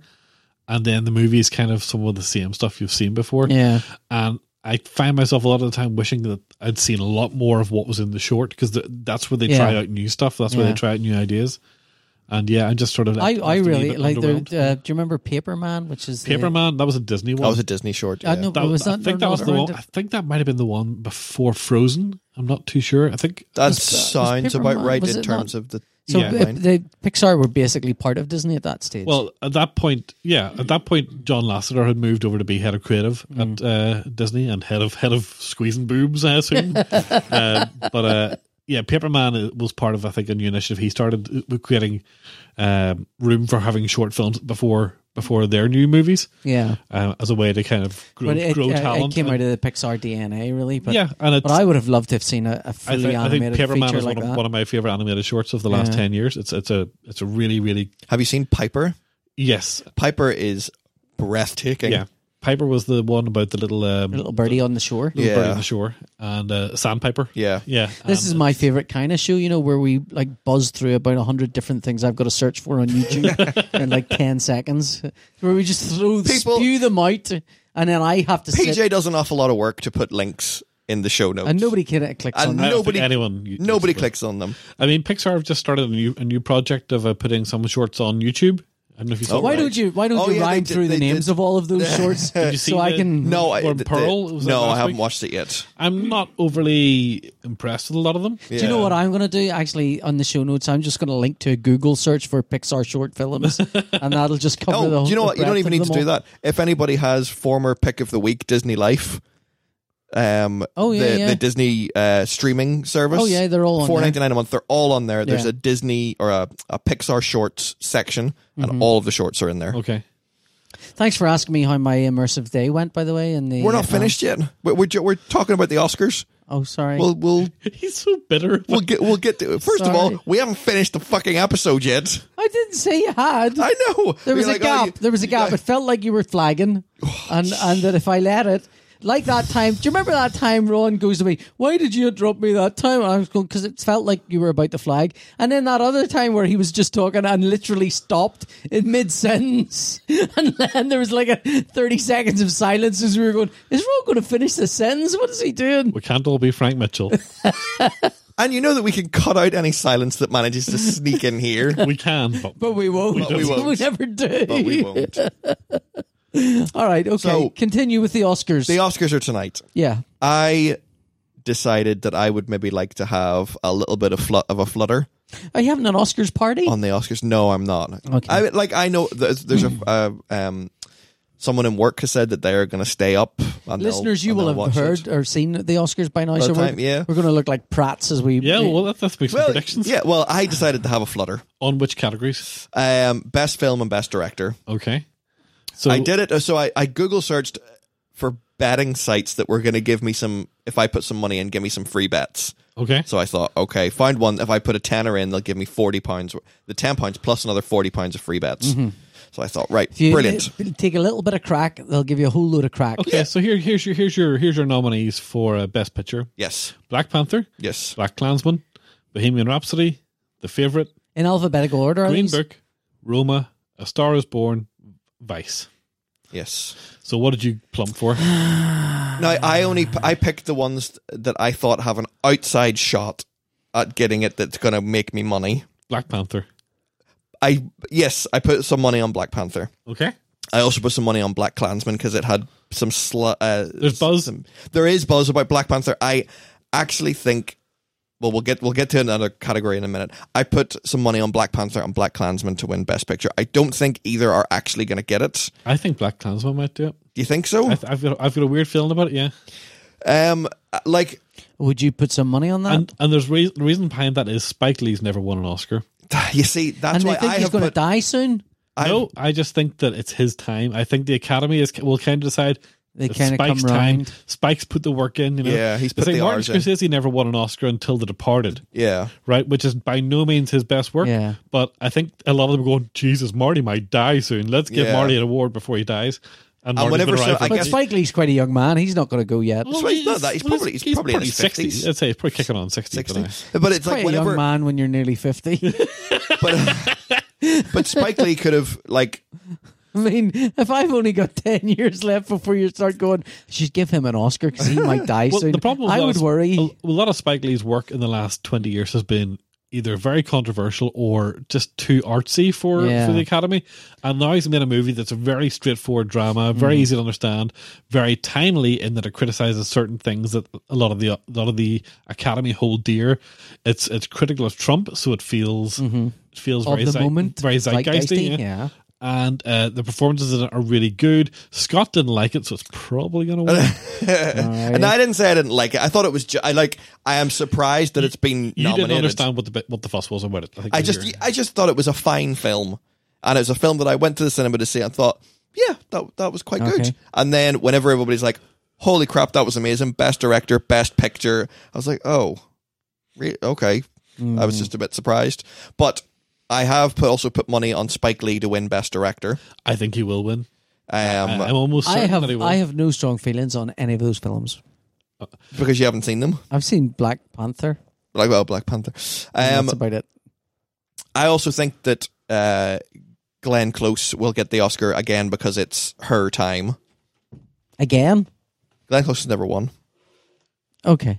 [SPEAKER 2] and then the movie is kind of some of the same stuff you've seen before.
[SPEAKER 1] yeah.
[SPEAKER 2] and I find myself a lot of the time wishing that I'd seen a lot more of what was in the short because that's where they
[SPEAKER 1] Yeah.
[SPEAKER 2] try out new stuff. That's where
[SPEAKER 1] Yeah.
[SPEAKER 2] they try out new ideas. And yeah, I'm just sort of.
[SPEAKER 1] I,
[SPEAKER 2] left-
[SPEAKER 1] I
[SPEAKER 2] left a wee
[SPEAKER 1] really
[SPEAKER 2] bit
[SPEAKER 1] like the.
[SPEAKER 2] underwhelmed.
[SPEAKER 1] Uh, do you remember Paper Man, which is the-
[SPEAKER 2] Paper Man. That was a Disney one.
[SPEAKER 3] that was a Disney short.
[SPEAKER 1] I
[SPEAKER 3] yeah.
[SPEAKER 1] know,
[SPEAKER 2] That-
[SPEAKER 1] was
[SPEAKER 2] I
[SPEAKER 1] that
[SPEAKER 2] think that was the one. I think that might have been the one before Frozen. I'm not too sure. I think
[SPEAKER 3] That
[SPEAKER 1] was- was
[SPEAKER 3] sounds
[SPEAKER 1] uh, Paper
[SPEAKER 3] about
[SPEAKER 1] Man-
[SPEAKER 3] right
[SPEAKER 1] was
[SPEAKER 3] in
[SPEAKER 1] it
[SPEAKER 3] terms
[SPEAKER 1] not-
[SPEAKER 3] of the
[SPEAKER 1] So
[SPEAKER 2] Yeah.
[SPEAKER 1] uh, the Pixar were basically part of Disney at that stage.
[SPEAKER 2] Well, at that point, yeah, at that point, John Lasseter had moved over to be head of creative
[SPEAKER 1] Mm.
[SPEAKER 2] at uh, Disney and head of head of squeezing boobs, I assume. uh, but uh, yeah, Paperman was part of I think a new initiative he started uh, creating um, room for having short films before before their new movies
[SPEAKER 1] yeah,
[SPEAKER 2] uh, as a way to kind of grow,
[SPEAKER 1] but it,
[SPEAKER 2] grow
[SPEAKER 1] uh, it
[SPEAKER 2] talent.
[SPEAKER 1] came out of the Pixar DNA, really. But
[SPEAKER 2] yeah, and it's,
[SPEAKER 1] but I would have loved to have seen a, a
[SPEAKER 2] I
[SPEAKER 1] fully
[SPEAKER 2] think, I think
[SPEAKER 1] animated
[SPEAKER 2] Paperman
[SPEAKER 1] feature
[SPEAKER 2] is
[SPEAKER 1] like
[SPEAKER 2] one, of,
[SPEAKER 1] that.
[SPEAKER 2] one of my favorite animated shorts of the last
[SPEAKER 1] Yeah.
[SPEAKER 2] ten years. It's it's a it's a really really
[SPEAKER 3] Have you seen Piper?
[SPEAKER 2] yes
[SPEAKER 3] Piper is breathtaking.
[SPEAKER 2] yeah. Piper was the one about the little um,
[SPEAKER 1] Little birdie on the shore.
[SPEAKER 3] Yeah.
[SPEAKER 2] Birdie on the Shore and uh, Sandpiper.
[SPEAKER 3] Yeah.
[SPEAKER 2] Yeah.
[SPEAKER 1] This
[SPEAKER 2] and
[SPEAKER 1] is my favorite kind of show, you know, where we like buzz through about hundred different things I've got to search for on YouTube in like ten seconds, where we just throw
[SPEAKER 3] People-
[SPEAKER 1] spew them out, and then I have to sit
[SPEAKER 3] PJ does an awful lot of work to put links in the show notes.
[SPEAKER 1] and nobody can clicks
[SPEAKER 3] And
[SPEAKER 1] on
[SPEAKER 2] Uh, I
[SPEAKER 1] that.
[SPEAKER 2] don't
[SPEAKER 3] nobody-
[SPEAKER 2] think anyone.
[SPEAKER 3] Nobody
[SPEAKER 2] clicks.
[SPEAKER 3] clicks on them.
[SPEAKER 2] I mean, Pixar have just started a new a new project of uh, putting some shorts on YouTube. I don't know if you saw.
[SPEAKER 3] Oh,
[SPEAKER 1] Why
[SPEAKER 2] that.
[SPEAKER 1] don't you? Why don't
[SPEAKER 3] Oh,
[SPEAKER 1] you
[SPEAKER 3] yeah, they
[SPEAKER 1] rhyme
[SPEAKER 3] did-
[SPEAKER 1] through the
[SPEAKER 3] they
[SPEAKER 1] names
[SPEAKER 3] did.
[SPEAKER 1] of all of those shorts
[SPEAKER 2] you see
[SPEAKER 1] so I
[SPEAKER 2] the-
[SPEAKER 1] can?
[SPEAKER 3] No, I,
[SPEAKER 2] Or
[SPEAKER 3] the- the-
[SPEAKER 2] Pearl? Was that
[SPEAKER 3] no, I
[SPEAKER 2] last
[SPEAKER 3] haven't
[SPEAKER 2] week?
[SPEAKER 3] watched it yet.
[SPEAKER 2] I'm not overly impressed with a lot of them.
[SPEAKER 1] Do you know
[SPEAKER 3] Yeah.
[SPEAKER 1] what I'm going to do? Actually, on the show notes, I'm just going to link to a Google search for Pixar short films, and that'll just cover the
[SPEAKER 3] Oh,
[SPEAKER 1] whole.
[SPEAKER 3] do you know
[SPEAKER 1] the
[SPEAKER 3] what? You don't
[SPEAKER 1] breadth
[SPEAKER 3] even
[SPEAKER 1] of
[SPEAKER 3] need to
[SPEAKER 1] them
[SPEAKER 3] do
[SPEAKER 1] all.
[SPEAKER 3] that. If anybody has former pick of the week, Disney Life. Um,
[SPEAKER 1] Oh, yeah,
[SPEAKER 3] the,
[SPEAKER 1] yeah.
[SPEAKER 3] the Disney uh, streaming service.
[SPEAKER 1] Oh, yeah, they're all on
[SPEAKER 3] four ninety nine a month. They're all on there. There's
[SPEAKER 1] Yeah.
[SPEAKER 3] a Disney or a, a Pixar shorts section,
[SPEAKER 1] Mm-hmm.
[SPEAKER 3] and all of the shorts are in there.
[SPEAKER 2] Okay.
[SPEAKER 1] Thanks for asking me how my immersive day went, by the way. And the
[SPEAKER 3] We're not
[SPEAKER 1] uh,
[SPEAKER 3] finished yet. We're, we're ju- we're talking about the Oscars.
[SPEAKER 1] oh, sorry.
[SPEAKER 3] We'll we'll
[SPEAKER 2] He's so bitter.
[SPEAKER 3] we'll get we'll get to it. First of
[SPEAKER 1] Sorry.
[SPEAKER 3] all, we haven't finished the fucking episode yet.
[SPEAKER 1] I didn't say you had.
[SPEAKER 3] I know
[SPEAKER 1] There was
[SPEAKER 3] You're
[SPEAKER 1] a
[SPEAKER 3] like,
[SPEAKER 1] gap.
[SPEAKER 3] oh, you-
[SPEAKER 1] there was a gap. It felt like you were flagging, and and that if I let it, like that time. Do you remember that time Ron goes to me? Why did you interrupt me that time? And I was going because it felt like you were about to flag. And then that other time where he was just talking and literally stopped in mid sentence, and then there was like a thirty seconds of silence as we were going. Is Ron going to finish the sentence? What is he doing?
[SPEAKER 2] We can't all be Frank Mitchell.
[SPEAKER 3] And you know that we can cut out any silence that manages to sneak in here,
[SPEAKER 2] we can, but,
[SPEAKER 1] But we won't.
[SPEAKER 3] But we won't.
[SPEAKER 1] never do.
[SPEAKER 3] but we won't. The
[SPEAKER 1] All right. Okay.
[SPEAKER 3] So-
[SPEAKER 1] Continue with the Oscars.
[SPEAKER 3] Oscars are tonight.
[SPEAKER 1] yeah.
[SPEAKER 3] I decided that I would maybe like to have a little bit of flut of a flutter
[SPEAKER 1] Are you having an Oscars party?
[SPEAKER 3] on the Oscars. No, I'm not. Okay. I like I know there's, there's a uh, um someone in work has said that they are going to stay up. And they'll-
[SPEAKER 1] Listeners, you
[SPEAKER 3] and
[SPEAKER 1] will
[SPEAKER 3] they'll
[SPEAKER 1] have
[SPEAKER 3] watch
[SPEAKER 1] heard
[SPEAKER 3] it.
[SPEAKER 1] or seen the Oscars by now,
[SPEAKER 3] the
[SPEAKER 1] so we're,
[SPEAKER 3] time, yeah.
[SPEAKER 1] we're going to look like prats as we.
[SPEAKER 2] yeah, well, that, that makes some
[SPEAKER 3] Well,
[SPEAKER 2] predictions
[SPEAKER 3] yeah. Well, I decided to have a flutter.
[SPEAKER 2] on which categories.
[SPEAKER 3] Um, best film and best director.
[SPEAKER 2] Okay. So
[SPEAKER 3] I did it. So I, I Google searched for betting sites that were going to give me some, if I put some money in, give me some free bets.
[SPEAKER 2] Okay.
[SPEAKER 3] So I thought, okay, find one. If I put a tenner in, they'll give me forty pounds, the ten pounds plus another forty pounds of free bets. So I thought, right,
[SPEAKER 1] If you
[SPEAKER 3] brilliant.
[SPEAKER 1] li- Take a little bit of crack, they'll give you a whole load of crack.
[SPEAKER 2] Okay, so here, here's your here's your here's your nominees for uh, best picture:
[SPEAKER 3] Yes,
[SPEAKER 2] Black Panther,
[SPEAKER 3] yes.
[SPEAKER 2] Black Klansman, Bohemian Rhapsody, The Favorite,
[SPEAKER 1] In alphabetical order. are
[SPEAKER 2] Green
[SPEAKER 1] these?
[SPEAKER 2] Book, Roma, A Star Is Born, Vice.
[SPEAKER 3] Yes.
[SPEAKER 2] So what did you plump for?
[SPEAKER 3] No, I only I picked the ones that I thought have an outside shot at getting it. That's going to make me money.
[SPEAKER 2] Black Panther.
[SPEAKER 3] I yes, I put some money on Black Panther.
[SPEAKER 2] Okay.
[SPEAKER 3] I also put some money on Black Klansman because it had some sl- uh,
[SPEAKER 2] There's buzz.
[SPEAKER 3] some- there is buzz about Black Panther. I actually think. Well, we'll get we'll get to another category in a minute. I put some money on Black Panther and Black Klansman to win Best Picture. I don't think either are actually going to get it.
[SPEAKER 2] I think Black Klansman might do it.
[SPEAKER 3] Do you think so?
[SPEAKER 2] I th- I've got I've got a weird feeling about it. Yeah,
[SPEAKER 3] um, like
[SPEAKER 1] Would you put some money on that?
[SPEAKER 2] and and there's rea- the reason behind that is Spike Lee's never won an Oscar.
[SPEAKER 3] you see, that's
[SPEAKER 1] And they
[SPEAKER 3] why
[SPEAKER 1] think
[SPEAKER 3] I
[SPEAKER 1] he's
[SPEAKER 3] have
[SPEAKER 1] going to
[SPEAKER 3] put-
[SPEAKER 1] die soon.
[SPEAKER 3] I-
[SPEAKER 2] no, I just think that it's his time. I think the Academy is will kind of decide.
[SPEAKER 1] They
[SPEAKER 2] it's
[SPEAKER 1] kind of come
[SPEAKER 2] Spike's time.
[SPEAKER 1] round.
[SPEAKER 2] Spike's put the work in. You know?
[SPEAKER 3] Yeah, he's
[SPEAKER 2] It's
[SPEAKER 3] put
[SPEAKER 2] like
[SPEAKER 3] the
[SPEAKER 2] Martin
[SPEAKER 3] hours in.
[SPEAKER 2] Scorsese never won an Oscar until The Departed,
[SPEAKER 3] Yeah.
[SPEAKER 2] right? Which is by no means his best work.
[SPEAKER 1] Yeah.
[SPEAKER 2] But I think a lot of them are going, Jesus, Marty might die soon. Let's give
[SPEAKER 3] Yeah.
[SPEAKER 2] Marty an award before he dies. And,
[SPEAKER 3] And
[SPEAKER 2] Marty's been
[SPEAKER 3] whenever so-
[SPEAKER 2] around for
[SPEAKER 3] I
[SPEAKER 1] But
[SPEAKER 3] guess-
[SPEAKER 1] Spike Lee's quite a young man. He's not going to go yet.
[SPEAKER 2] Well,
[SPEAKER 3] So he's not that- he's probably- he's probably in his
[SPEAKER 2] 60.
[SPEAKER 3] 50s.
[SPEAKER 2] I'd say he's probably kicking on 60.
[SPEAKER 3] 60.
[SPEAKER 2] but I-
[SPEAKER 3] But it's
[SPEAKER 1] quite
[SPEAKER 3] like
[SPEAKER 1] a young
[SPEAKER 3] whenever,
[SPEAKER 1] man when you're nearly 50.
[SPEAKER 3] but, but Spike Lee could have like
[SPEAKER 1] I mean, if I've only got 10 years left before you start going, should give him an Oscar because he might die
[SPEAKER 2] Well,
[SPEAKER 1] soon.
[SPEAKER 2] the problem with
[SPEAKER 1] I
[SPEAKER 2] a lot
[SPEAKER 1] would
[SPEAKER 2] of-
[SPEAKER 1] worry.
[SPEAKER 2] A, a lot of Spike Lee's work in the last 20 years has been either very controversial or just too artsy for,
[SPEAKER 1] Yeah.
[SPEAKER 2] for the Academy. And now he's made a movie that's a very straightforward drama,
[SPEAKER 1] Mm.
[SPEAKER 2] very easy to understand, very timely in that it criticizes certain things that a lot of the a lot of the Academy hold dear. It's it's critical of Trump, so it feels it feels
[SPEAKER 1] Mm-hmm. Of
[SPEAKER 2] very
[SPEAKER 1] the
[SPEAKER 2] zeit-
[SPEAKER 1] moment,
[SPEAKER 2] very zeitgeisty.
[SPEAKER 1] zeitgeisty,
[SPEAKER 2] yeah.
[SPEAKER 1] yeah.
[SPEAKER 2] And uh, the performances in it are really good. Scott didn't like it, so it's probably going to win.
[SPEAKER 3] And I didn't say I didn't like it. I thought it was. Ju- I like. I am surprised that it's been
[SPEAKER 2] You
[SPEAKER 3] nominated.
[SPEAKER 2] didn't understand what the bit- what the fuss was about it. think
[SPEAKER 3] I
[SPEAKER 2] you're-
[SPEAKER 3] just. I just thought it was a fine film, and it was a film that I went to the cinema to see and thought, yeah, that that was quite
[SPEAKER 1] Okay.
[SPEAKER 3] good. And then whenever everybody's like, "Holy crap, that was amazing! Best director, best picture," I was like, "Oh, re- okay." I was just a bit surprised, but I have put also put money on Spike Lee to win best director.
[SPEAKER 2] I think he will win.
[SPEAKER 3] Um,
[SPEAKER 2] Uh, I, am almost certain
[SPEAKER 1] I have
[SPEAKER 2] that he will.
[SPEAKER 1] I have no strong feelings on any of those films.
[SPEAKER 3] because you haven't seen them,
[SPEAKER 1] I've seen Black Panther.
[SPEAKER 3] like well, Black Panther.
[SPEAKER 1] and
[SPEAKER 3] Um,
[SPEAKER 1] that's about it.
[SPEAKER 3] I also think that uh, Glenn Close will get the Oscar again because it's her time.
[SPEAKER 1] Again?
[SPEAKER 3] Glenn Close has never won.
[SPEAKER 1] Okay.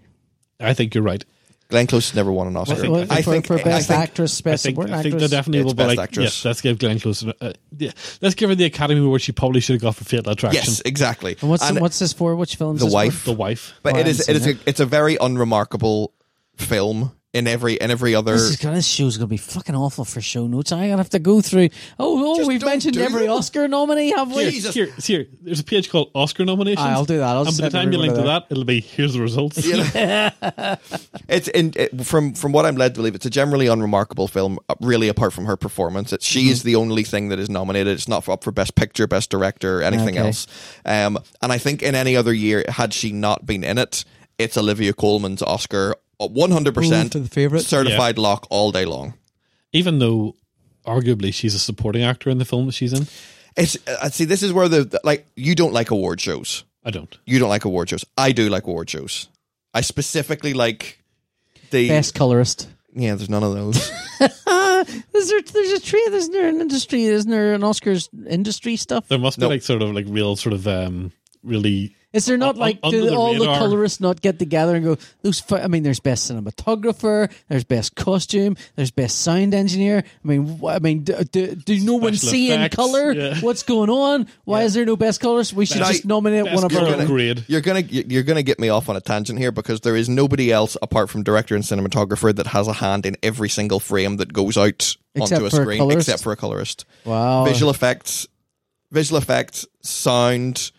[SPEAKER 2] I think you're right.
[SPEAKER 3] Glenn Close has never won an Oscar.
[SPEAKER 2] think- I
[SPEAKER 1] for, for best actress,
[SPEAKER 2] I
[SPEAKER 1] best
[SPEAKER 2] think,
[SPEAKER 1] supporting
[SPEAKER 2] I think they
[SPEAKER 1] actress.
[SPEAKER 2] definitely
[SPEAKER 3] It's
[SPEAKER 2] will be
[SPEAKER 3] Best
[SPEAKER 2] like,
[SPEAKER 3] Actress.
[SPEAKER 2] yes, let's give Glenn Close. An, uh, yeah, let's give her the Academy Award she probably should have got for Fatal Attraction.
[SPEAKER 3] yes, exactly.
[SPEAKER 1] And what's
[SPEAKER 3] And-
[SPEAKER 1] what's this for? Which films?
[SPEAKER 3] The
[SPEAKER 1] this for?
[SPEAKER 3] Wife.
[SPEAKER 2] The wife.
[SPEAKER 3] but
[SPEAKER 1] Oh, I
[SPEAKER 3] it is
[SPEAKER 1] haven't
[SPEAKER 3] it is
[SPEAKER 1] seen
[SPEAKER 3] a, it's a very unremarkable film in every in every other.
[SPEAKER 1] This is gonna, this show's gonna be fucking awful for show notes. I'm gonna have to go through. Oh, oh,
[SPEAKER 3] Just
[SPEAKER 1] we've
[SPEAKER 3] don't
[SPEAKER 1] mentioned
[SPEAKER 3] do
[SPEAKER 1] every
[SPEAKER 3] them.
[SPEAKER 1] Oscar nominee, have we?
[SPEAKER 3] Jesus.
[SPEAKER 2] Here, here, there's a page called Oscar nominations.
[SPEAKER 1] Aye, I'll do that. I'll
[SPEAKER 2] and
[SPEAKER 1] just
[SPEAKER 2] by the
[SPEAKER 1] send
[SPEAKER 2] time you link to
[SPEAKER 1] everyone
[SPEAKER 2] that, it'll be here's the results.
[SPEAKER 3] You know? it's in it, from from what I'm led to believe, it's a generally unremarkable film. uh, Really, apart from her performance, it's, she
[SPEAKER 1] Mm-hmm.
[SPEAKER 3] is the only thing that is nominated. It's not up for best picture, best director, anything
[SPEAKER 1] Okay.
[SPEAKER 3] else. Um, and I think in any other year, had she not been in it, it's Olivia Coleman's Oscar, uh, one hundred percent
[SPEAKER 1] Ooh, for the favourite.
[SPEAKER 3] certified lock all day long.
[SPEAKER 2] Even though arguably she's a supporting actor in the film that she's in,
[SPEAKER 3] It's uh, see, this is where the the- like you don't like award shows.
[SPEAKER 2] I don't.
[SPEAKER 3] You don't like award shows. I do like award shows. I specifically like the
[SPEAKER 1] Best colorist. Ah,
[SPEAKER 3] Yeah, there's none of those.
[SPEAKER 1] Is there, there's a tree. There's there an industry. Isn't there an Oscars industry stuff?
[SPEAKER 2] There must be
[SPEAKER 3] No.
[SPEAKER 2] like sort of like real sort of um really
[SPEAKER 1] Is there not
[SPEAKER 2] Un-
[SPEAKER 1] like
[SPEAKER 2] un-
[SPEAKER 1] do
[SPEAKER 2] under the
[SPEAKER 1] all the
[SPEAKER 2] radar.
[SPEAKER 1] colorists not get together and go? Those. F- I mean, there's best cinematographer. There's best costume. There's best sound engineer. I mean, wh- I mean, do, do, do no one
[SPEAKER 2] Special
[SPEAKER 1] see in
[SPEAKER 2] effects,
[SPEAKER 1] color?
[SPEAKER 2] yeah.
[SPEAKER 1] What's going on? Why is there no best colorist? We should
[SPEAKER 3] Best-
[SPEAKER 1] just nominate
[SPEAKER 2] best
[SPEAKER 1] one of our
[SPEAKER 2] color
[SPEAKER 1] own.
[SPEAKER 2] grade.
[SPEAKER 3] you're gonna you're gonna get me off on a tangent here because there is nobody else apart from director and cinematographer that has a hand in every single frame that goes out
[SPEAKER 1] Except
[SPEAKER 3] onto a
[SPEAKER 1] for a
[SPEAKER 3] screen,
[SPEAKER 1] colourist.
[SPEAKER 3] except for a colorist.
[SPEAKER 1] Wow.
[SPEAKER 3] Visual effects, visual effects, sound,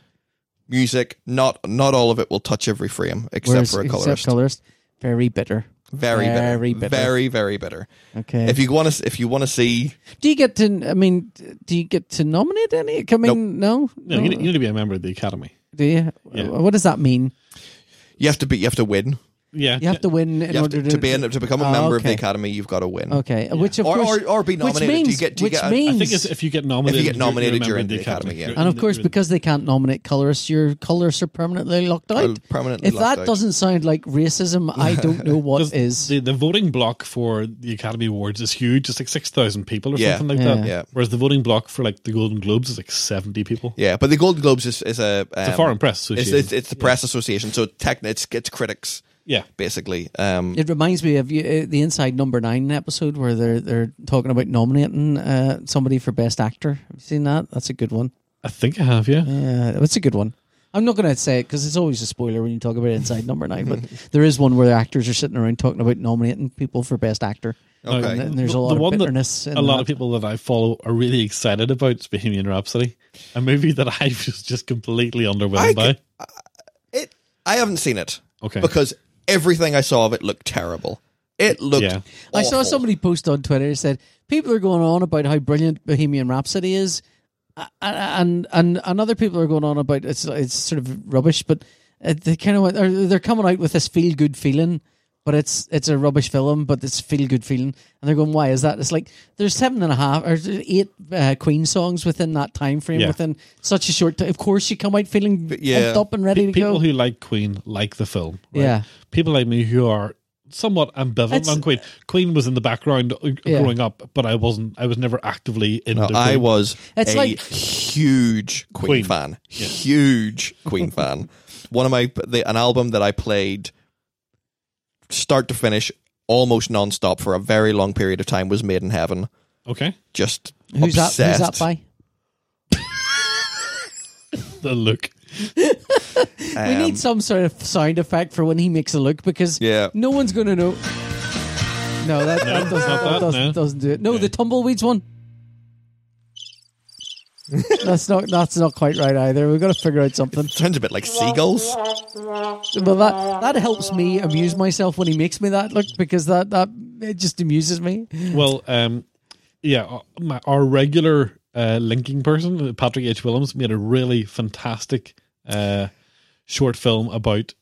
[SPEAKER 3] music. Not not all of it will touch every frame except
[SPEAKER 1] Whereas-
[SPEAKER 3] for a
[SPEAKER 1] except
[SPEAKER 3] colorist.
[SPEAKER 1] colorist, very bitter.
[SPEAKER 3] very bitter.
[SPEAKER 1] very
[SPEAKER 3] very
[SPEAKER 1] bitter.
[SPEAKER 3] very bitter.
[SPEAKER 1] Okay.
[SPEAKER 3] If you want to if you want to see
[SPEAKER 1] do you get to? I mean, do you get to nominate any? I mean, no. Oh.
[SPEAKER 2] No, you, need, you need to be a member of the Academy.
[SPEAKER 1] Do you?
[SPEAKER 2] Yeah.
[SPEAKER 1] What does that mean?
[SPEAKER 3] You have to be. You have to win.
[SPEAKER 2] Yeah.
[SPEAKER 1] You have to win in
[SPEAKER 3] You have
[SPEAKER 1] order
[SPEAKER 3] to, to be in, to become a
[SPEAKER 1] Ah,
[SPEAKER 3] member of the
[SPEAKER 1] okay.
[SPEAKER 3] academy. You've got to win.
[SPEAKER 1] Okay, which of
[SPEAKER 3] Or-
[SPEAKER 1] course,
[SPEAKER 3] or- or be
[SPEAKER 1] which
[SPEAKER 3] nominated. Do you
[SPEAKER 1] Means,
[SPEAKER 3] get- do you
[SPEAKER 1] which
[SPEAKER 3] get a- I
[SPEAKER 1] means,
[SPEAKER 2] I think it's if you get nominated,
[SPEAKER 3] If you get
[SPEAKER 2] you're-
[SPEAKER 3] nominated
[SPEAKER 2] you're a member
[SPEAKER 3] during
[SPEAKER 2] of
[SPEAKER 3] the academy, yeah.
[SPEAKER 1] and of
[SPEAKER 2] You're-
[SPEAKER 1] course,
[SPEAKER 2] you're-
[SPEAKER 1] because they can't nominate colorists, your colorists are permanently locked
[SPEAKER 3] Well,
[SPEAKER 1] out.
[SPEAKER 3] Oh, permanently
[SPEAKER 1] If that
[SPEAKER 3] locked out.
[SPEAKER 1] doesn't sound like racism, I don't know what
[SPEAKER 2] 'Cause
[SPEAKER 1] is.
[SPEAKER 2] the, the voting block for the Academy Awards is huge. It's like six thousand people or
[SPEAKER 3] Yeah.
[SPEAKER 2] something like
[SPEAKER 1] Yeah.
[SPEAKER 2] that.
[SPEAKER 3] Yeah.
[SPEAKER 2] Whereas the voting block for like the Golden Globes is like seventy people.
[SPEAKER 3] Yeah, but the Golden Globes is, is a um,
[SPEAKER 2] It's a foreign press
[SPEAKER 3] It's,
[SPEAKER 2] association.
[SPEAKER 3] it's, it's the press association, so tech, it's it's critics
[SPEAKER 2] yeah.
[SPEAKER 3] basically. Um,
[SPEAKER 1] It reminds me of you, uh, the Inside Number Nine episode where they're they're talking about nominating uh, somebody for Best Actor. Have you seen that? That's a good one.
[SPEAKER 2] I think I have. Yeah.
[SPEAKER 1] Yeah, that's a good one. I'm not going to say it because it's always a spoiler when you talk about Inside Number Nine, but there is one where the actors are sitting around talking about nominating people for Best Actor.
[SPEAKER 3] Okay.
[SPEAKER 1] And, and there's a lot of bitterness.
[SPEAKER 2] That
[SPEAKER 1] in
[SPEAKER 2] a lot
[SPEAKER 1] that.
[SPEAKER 2] of people that I follow are really excited about is Bohemian Rhapsody, a movie that I was just completely underwhelmed
[SPEAKER 3] I
[SPEAKER 2] by.
[SPEAKER 3] could- it, I haven't seen it.
[SPEAKER 2] Okay.
[SPEAKER 3] Because everything I saw of it looked terrible. It looked.
[SPEAKER 2] Yeah.
[SPEAKER 1] I saw
[SPEAKER 3] awful.
[SPEAKER 1] somebody post on Twitter said people are going on about how brilliant Bohemian Rhapsody is, a- a- and and and other people are going on about it's it's sort of rubbish, but uh, they kind of went, they're, they're coming out with this feel good feeling. But it's it's a rubbish film, but it's feel good feeling, and they're going, why is that? It's like there's seven and a half or eight uh, Queen songs within that time frame,
[SPEAKER 2] Yeah.
[SPEAKER 1] within such a short time. Of course, you come out feeling
[SPEAKER 3] yeah.
[SPEAKER 1] pumped up and ready to
[SPEAKER 2] People
[SPEAKER 1] go.
[SPEAKER 2] who like Queen like the film. right?
[SPEAKER 1] Yeah.
[SPEAKER 2] People like me who are somewhat ambivalent
[SPEAKER 1] It's-
[SPEAKER 2] on Queen. Queen was in the background uh,
[SPEAKER 1] Yeah.
[SPEAKER 2] growing up, but I wasn't. I was never actively into.
[SPEAKER 3] No,
[SPEAKER 2] Queen.
[SPEAKER 3] I was
[SPEAKER 1] It's
[SPEAKER 3] a
[SPEAKER 1] like-
[SPEAKER 3] huge Queen,
[SPEAKER 2] Queen.
[SPEAKER 3] fan. Huge Queen fan. One of my the, an album that I played start to finish almost nonstop for a very long period of time was Made in Heaven.
[SPEAKER 2] okay.
[SPEAKER 3] Just
[SPEAKER 1] who's that? Who's that
[SPEAKER 3] obsessed.
[SPEAKER 1] by?
[SPEAKER 2] The look.
[SPEAKER 1] We
[SPEAKER 3] Um,
[SPEAKER 1] need some sort of sound effect for when he makes a look because
[SPEAKER 3] Yeah.
[SPEAKER 1] no one's going to know. No, that, that, doesn't, that
[SPEAKER 2] not that,
[SPEAKER 1] doesn't,
[SPEAKER 2] no.
[SPEAKER 1] doesn't do it. No, the tumbleweeds one. that's not that's not quite right either. We've got to figure out something.
[SPEAKER 3] sounds a bit like seagulls.
[SPEAKER 1] But that that helps me amuse myself when he makes me that look because that that it just amuses me.
[SPEAKER 2] Well, um, yeah, uh, my, our regular uh, linking person, Patrick H. Williams, made a really fantastic uh, short film about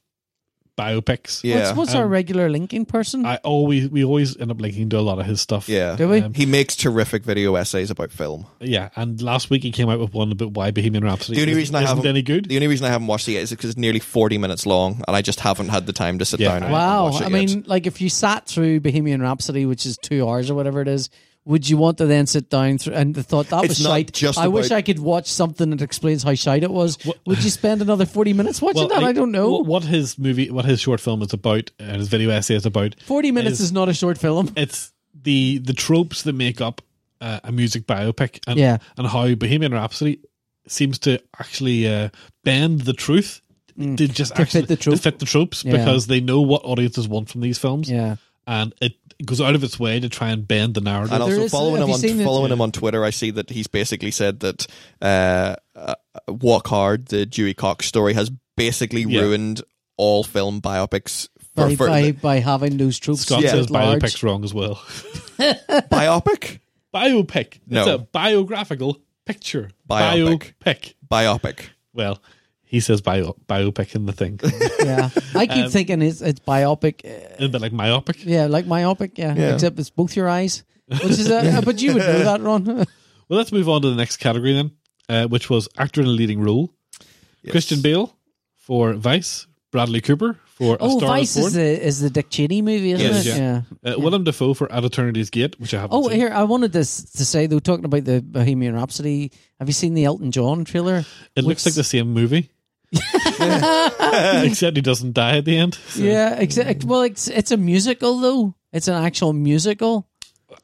[SPEAKER 2] biopics.
[SPEAKER 3] Yeah.
[SPEAKER 1] What's, what's our regular linking person?
[SPEAKER 2] Um, I always we always end up linking to a lot of his stuff.
[SPEAKER 3] yeah.
[SPEAKER 1] do we?
[SPEAKER 2] um,
[SPEAKER 3] He makes terrific video essays about film.
[SPEAKER 2] yeah. And last week he came out with one about why Bohemian Rhapsody
[SPEAKER 3] The only
[SPEAKER 2] is-
[SPEAKER 3] reason I
[SPEAKER 2] isn't
[SPEAKER 3] haven't
[SPEAKER 2] any good.
[SPEAKER 3] The only reason I haven't watched it yet is because it's nearly forty minutes long, and I just haven't had the time to sit
[SPEAKER 2] Yeah.
[SPEAKER 3] down. And
[SPEAKER 1] Wow.
[SPEAKER 3] and watch it
[SPEAKER 1] I
[SPEAKER 3] yet.
[SPEAKER 1] mean, like if you sat through Bohemian Rhapsody, which is two hours or whatever it is, would you want to then sit down through and thought that
[SPEAKER 3] It's
[SPEAKER 1] was
[SPEAKER 3] not
[SPEAKER 1] shite?
[SPEAKER 3] just
[SPEAKER 1] I wish
[SPEAKER 3] about-
[SPEAKER 1] I could watch something that explains how shite it was. would you spend another forty minutes watching that? I, don't know.
[SPEAKER 2] wh- what his movie, what his short film is about, and his video essay is about.
[SPEAKER 1] forty minutes is,
[SPEAKER 2] is-
[SPEAKER 1] not a short film.
[SPEAKER 2] it's the the tropes that make up uh, a music biopic and,
[SPEAKER 1] Yeah.
[SPEAKER 2] and how Bohemian Rhapsody seems to actually uh, bend the truth to just
[SPEAKER 1] Mm. To fit
[SPEAKER 2] actually
[SPEAKER 1] the trope.
[SPEAKER 2] to fit the tropes
[SPEAKER 1] Yeah.
[SPEAKER 2] because they know what audiences want from these films
[SPEAKER 1] Yeah.
[SPEAKER 2] and it goes out of its way to try and bend the narrative.
[SPEAKER 3] and
[SPEAKER 1] there
[SPEAKER 3] also
[SPEAKER 1] is-
[SPEAKER 3] following
[SPEAKER 1] have
[SPEAKER 3] him
[SPEAKER 1] you
[SPEAKER 3] on
[SPEAKER 1] seen it?
[SPEAKER 3] following him on Twitter, I see that he's basically said that uh, uh, "Walk Hard," the Dewey Cox story, has basically
[SPEAKER 2] Yeah.
[SPEAKER 3] ruined all film biopics. For,
[SPEAKER 1] By,
[SPEAKER 3] for
[SPEAKER 1] by, by having those troops
[SPEAKER 2] Scott
[SPEAKER 1] at
[SPEAKER 2] says
[SPEAKER 1] large.
[SPEAKER 2] biopic's wrong as well.
[SPEAKER 3] biopic,
[SPEAKER 2] biopic. It's
[SPEAKER 3] No.
[SPEAKER 2] a biographical picture.
[SPEAKER 3] Biopic.
[SPEAKER 2] Biopic.
[SPEAKER 3] biopic.
[SPEAKER 2] Well, he says bio biopic in the thing.
[SPEAKER 1] Yeah, I keep thinking it's it's biopic. uh,
[SPEAKER 2] a bit like myopic.
[SPEAKER 1] Yeah, like myopic. Yeah,
[SPEAKER 3] Yeah.
[SPEAKER 1] except it's both your eyes, which is a, but you would know that, Ron.
[SPEAKER 2] Well, let's move on to the next category then, uh, which was actor in a leading role.
[SPEAKER 3] Yes.
[SPEAKER 2] Christian Bale for Vice, Bradley Cooper for A
[SPEAKER 1] oh,
[SPEAKER 2] Star
[SPEAKER 1] Vice
[SPEAKER 2] Is
[SPEAKER 1] is
[SPEAKER 2] Born,
[SPEAKER 1] the is the Dick Cheney movie, isn't
[SPEAKER 3] Yes,
[SPEAKER 1] it?
[SPEAKER 2] yeah.
[SPEAKER 1] yeah.
[SPEAKER 2] uh, Willem Dafoe for At Eternity's Gate, which I haven't
[SPEAKER 1] Oh,
[SPEAKER 2] seen.
[SPEAKER 1] here I wanted to s- to say though, talking about the Bohemian Rhapsody. Have you seen the Elton John trailer?
[SPEAKER 2] it looks like the same movie. Except he doesn't die at the end. So
[SPEAKER 1] Yeah, exact. Well, it's it's a musical though. It's an actual musical.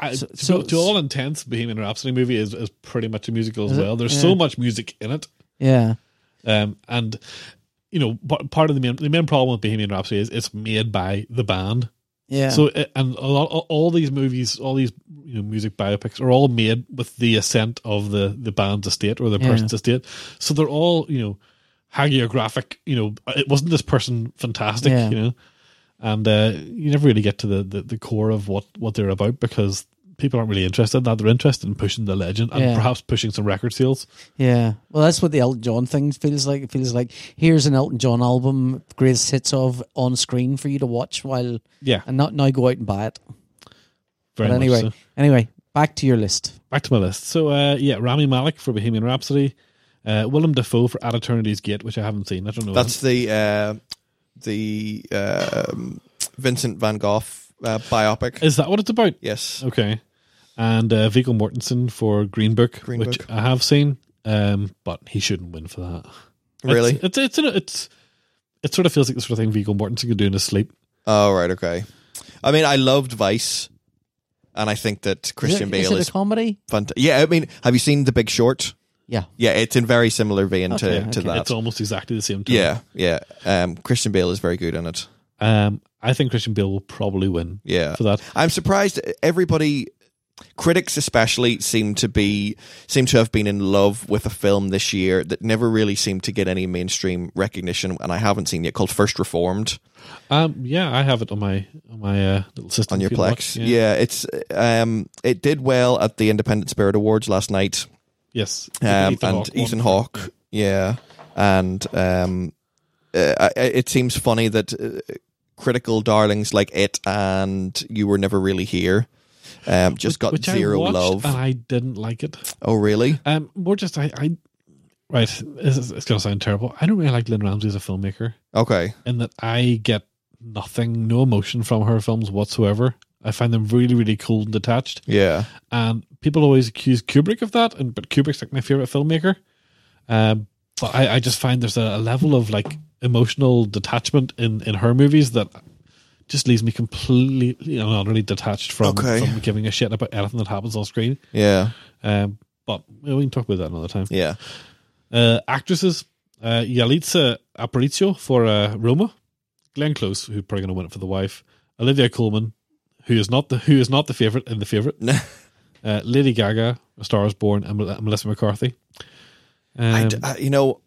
[SPEAKER 2] I- to,
[SPEAKER 1] so-
[SPEAKER 2] to all intents, Bohemian Rhapsody movie is, is pretty much a musical as
[SPEAKER 1] it?
[SPEAKER 2] well. There's
[SPEAKER 1] Yeah.
[SPEAKER 2] so much music in it.
[SPEAKER 1] Yeah,
[SPEAKER 2] Um, and you know, p- part of the main the main problem with Bohemian Rhapsody is it's made by the band.
[SPEAKER 1] yeah.
[SPEAKER 2] So uh, and a lot all these movies, all these you know music biopics are all made with the assent of the the band's estate or the
[SPEAKER 1] Yeah.
[SPEAKER 2] person's estate. So they're all you know hagiographic. You know, uh, it wasn't this person fantastic.
[SPEAKER 1] Yeah.
[SPEAKER 2] You know, and uh, you never really get to the, the the core of what what they're about because people aren't really interested in that. They're interested in pushing the legend and
[SPEAKER 1] Yeah.
[SPEAKER 2] perhaps pushing some record sales.
[SPEAKER 1] Yeah. Well, that's what the Elton John thing feels like. It feels like here's an Elton John album, greatest hits of on screen for you to watch while
[SPEAKER 2] Yeah,
[SPEAKER 1] and not now go out and buy it. but
[SPEAKER 2] very much
[SPEAKER 1] anyway,
[SPEAKER 2] so.
[SPEAKER 1] anyway, back to your list.
[SPEAKER 2] Back to my list. So uh, yeah, Rami Malik for Bohemian Rhapsody, uh, Willem Dafoe for At Eternity's Gate, which I haven't seen. I don't know.
[SPEAKER 3] That's the uh, the um, Vincent Van Gogh uh, biopic.
[SPEAKER 2] is that what it's about?
[SPEAKER 3] Yes,
[SPEAKER 2] Okay. And uh, Viggo Mortensen for Green Book,
[SPEAKER 3] Green
[SPEAKER 2] which
[SPEAKER 3] Book.
[SPEAKER 2] I have seen, um, but he shouldn't win for that.
[SPEAKER 3] really.
[SPEAKER 2] It's it's, it's, it's it sort of feels like the sort of thing Viggo Mortensen could do in his sleep.
[SPEAKER 3] Oh right, okay. I mean, I loved Vice, and I think that
[SPEAKER 1] is
[SPEAKER 3] Christian
[SPEAKER 1] it,
[SPEAKER 3] Bale
[SPEAKER 1] is
[SPEAKER 3] is,
[SPEAKER 1] it a comedy?
[SPEAKER 3] fantastic. Yeah, I mean, have you seen The Big Short?
[SPEAKER 1] Yeah.
[SPEAKER 3] Yeah, it's in very similar vein to,
[SPEAKER 1] Okay,
[SPEAKER 3] to
[SPEAKER 1] okay.
[SPEAKER 3] that.
[SPEAKER 2] It's almost exactly the same. Time.
[SPEAKER 3] yeah, yeah. Um, Christian Bale is very good in it.
[SPEAKER 2] Um, I think Christian Bale will probably win.
[SPEAKER 3] Yeah.
[SPEAKER 2] For that,
[SPEAKER 3] I'm surprised everybody critics especially seem to be seem to have been in love with a film this year that never really seemed to get any mainstream recognition and I haven't seen yet called First Reformed
[SPEAKER 2] um, yeah, I have it on my on my uh, little system
[SPEAKER 3] on your
[SPEAKER 2] if you'd like.
[SPEAKER 3] Plex. Yeah. it's um it did well at the Independent Spirit Awards last night.
[SPEAKER 2] Yes.
[SPEAKER 3] Um, and
[SPEAKER 2] Hawke won.
[SPEAKER 3] Ethan Hawke, yeah. And um uh, I- I- it seems funny that uh, critical darlings like it and you were never really here um just got
[SPEAKER 2] Which I
[SPEAKER 3] zero
[SPEAKER 2] watched
[SPEAKER 3] love.
[SPEAKER 2] and I didn't like it.
[SPEAKER 3] oh really?
[SPEAKER 2] Um, more just I, I right. This is, it's gonna sound terrible. I don't really like Lynn Ramsey as a filmmaker
[SPEAKER 3] Okay.
[SPEAKER 2] in that I get nothing, no emotion from her films whatsoever. I find them really, really cold and detached.
[SPEAKER 3] Yeah.
[SPEAKER 2] And people always accuse Kubrick of that, and but Kubrick's like my favorite filmmaker. Um, but I, I just find there's a, a level of like emotional detachment in in her movies that just leaves me completely and utterly detached from,
[SPEAKER 3] Okay.
[SPEAKER 2] from giving a shit about anything that happens on screen.
[SPEAKER 3] Yeah.
[SPEAKER 2] Um, but we can talk about that another time.
[SPEAKER 3] Yeah.
[SPEAKER 2] Uh, actresses, uh, Yalitza Aparicio for uh, Roma, Glenn Close, who probably going to win it for the wife, Olivia Colman, who is not the who is not the favorite in the favorite, uh, Lady Gaga, A Star Is Born, and Mel- Melissa McCarthy. Um,
[SPEAKER 3] I d I you know,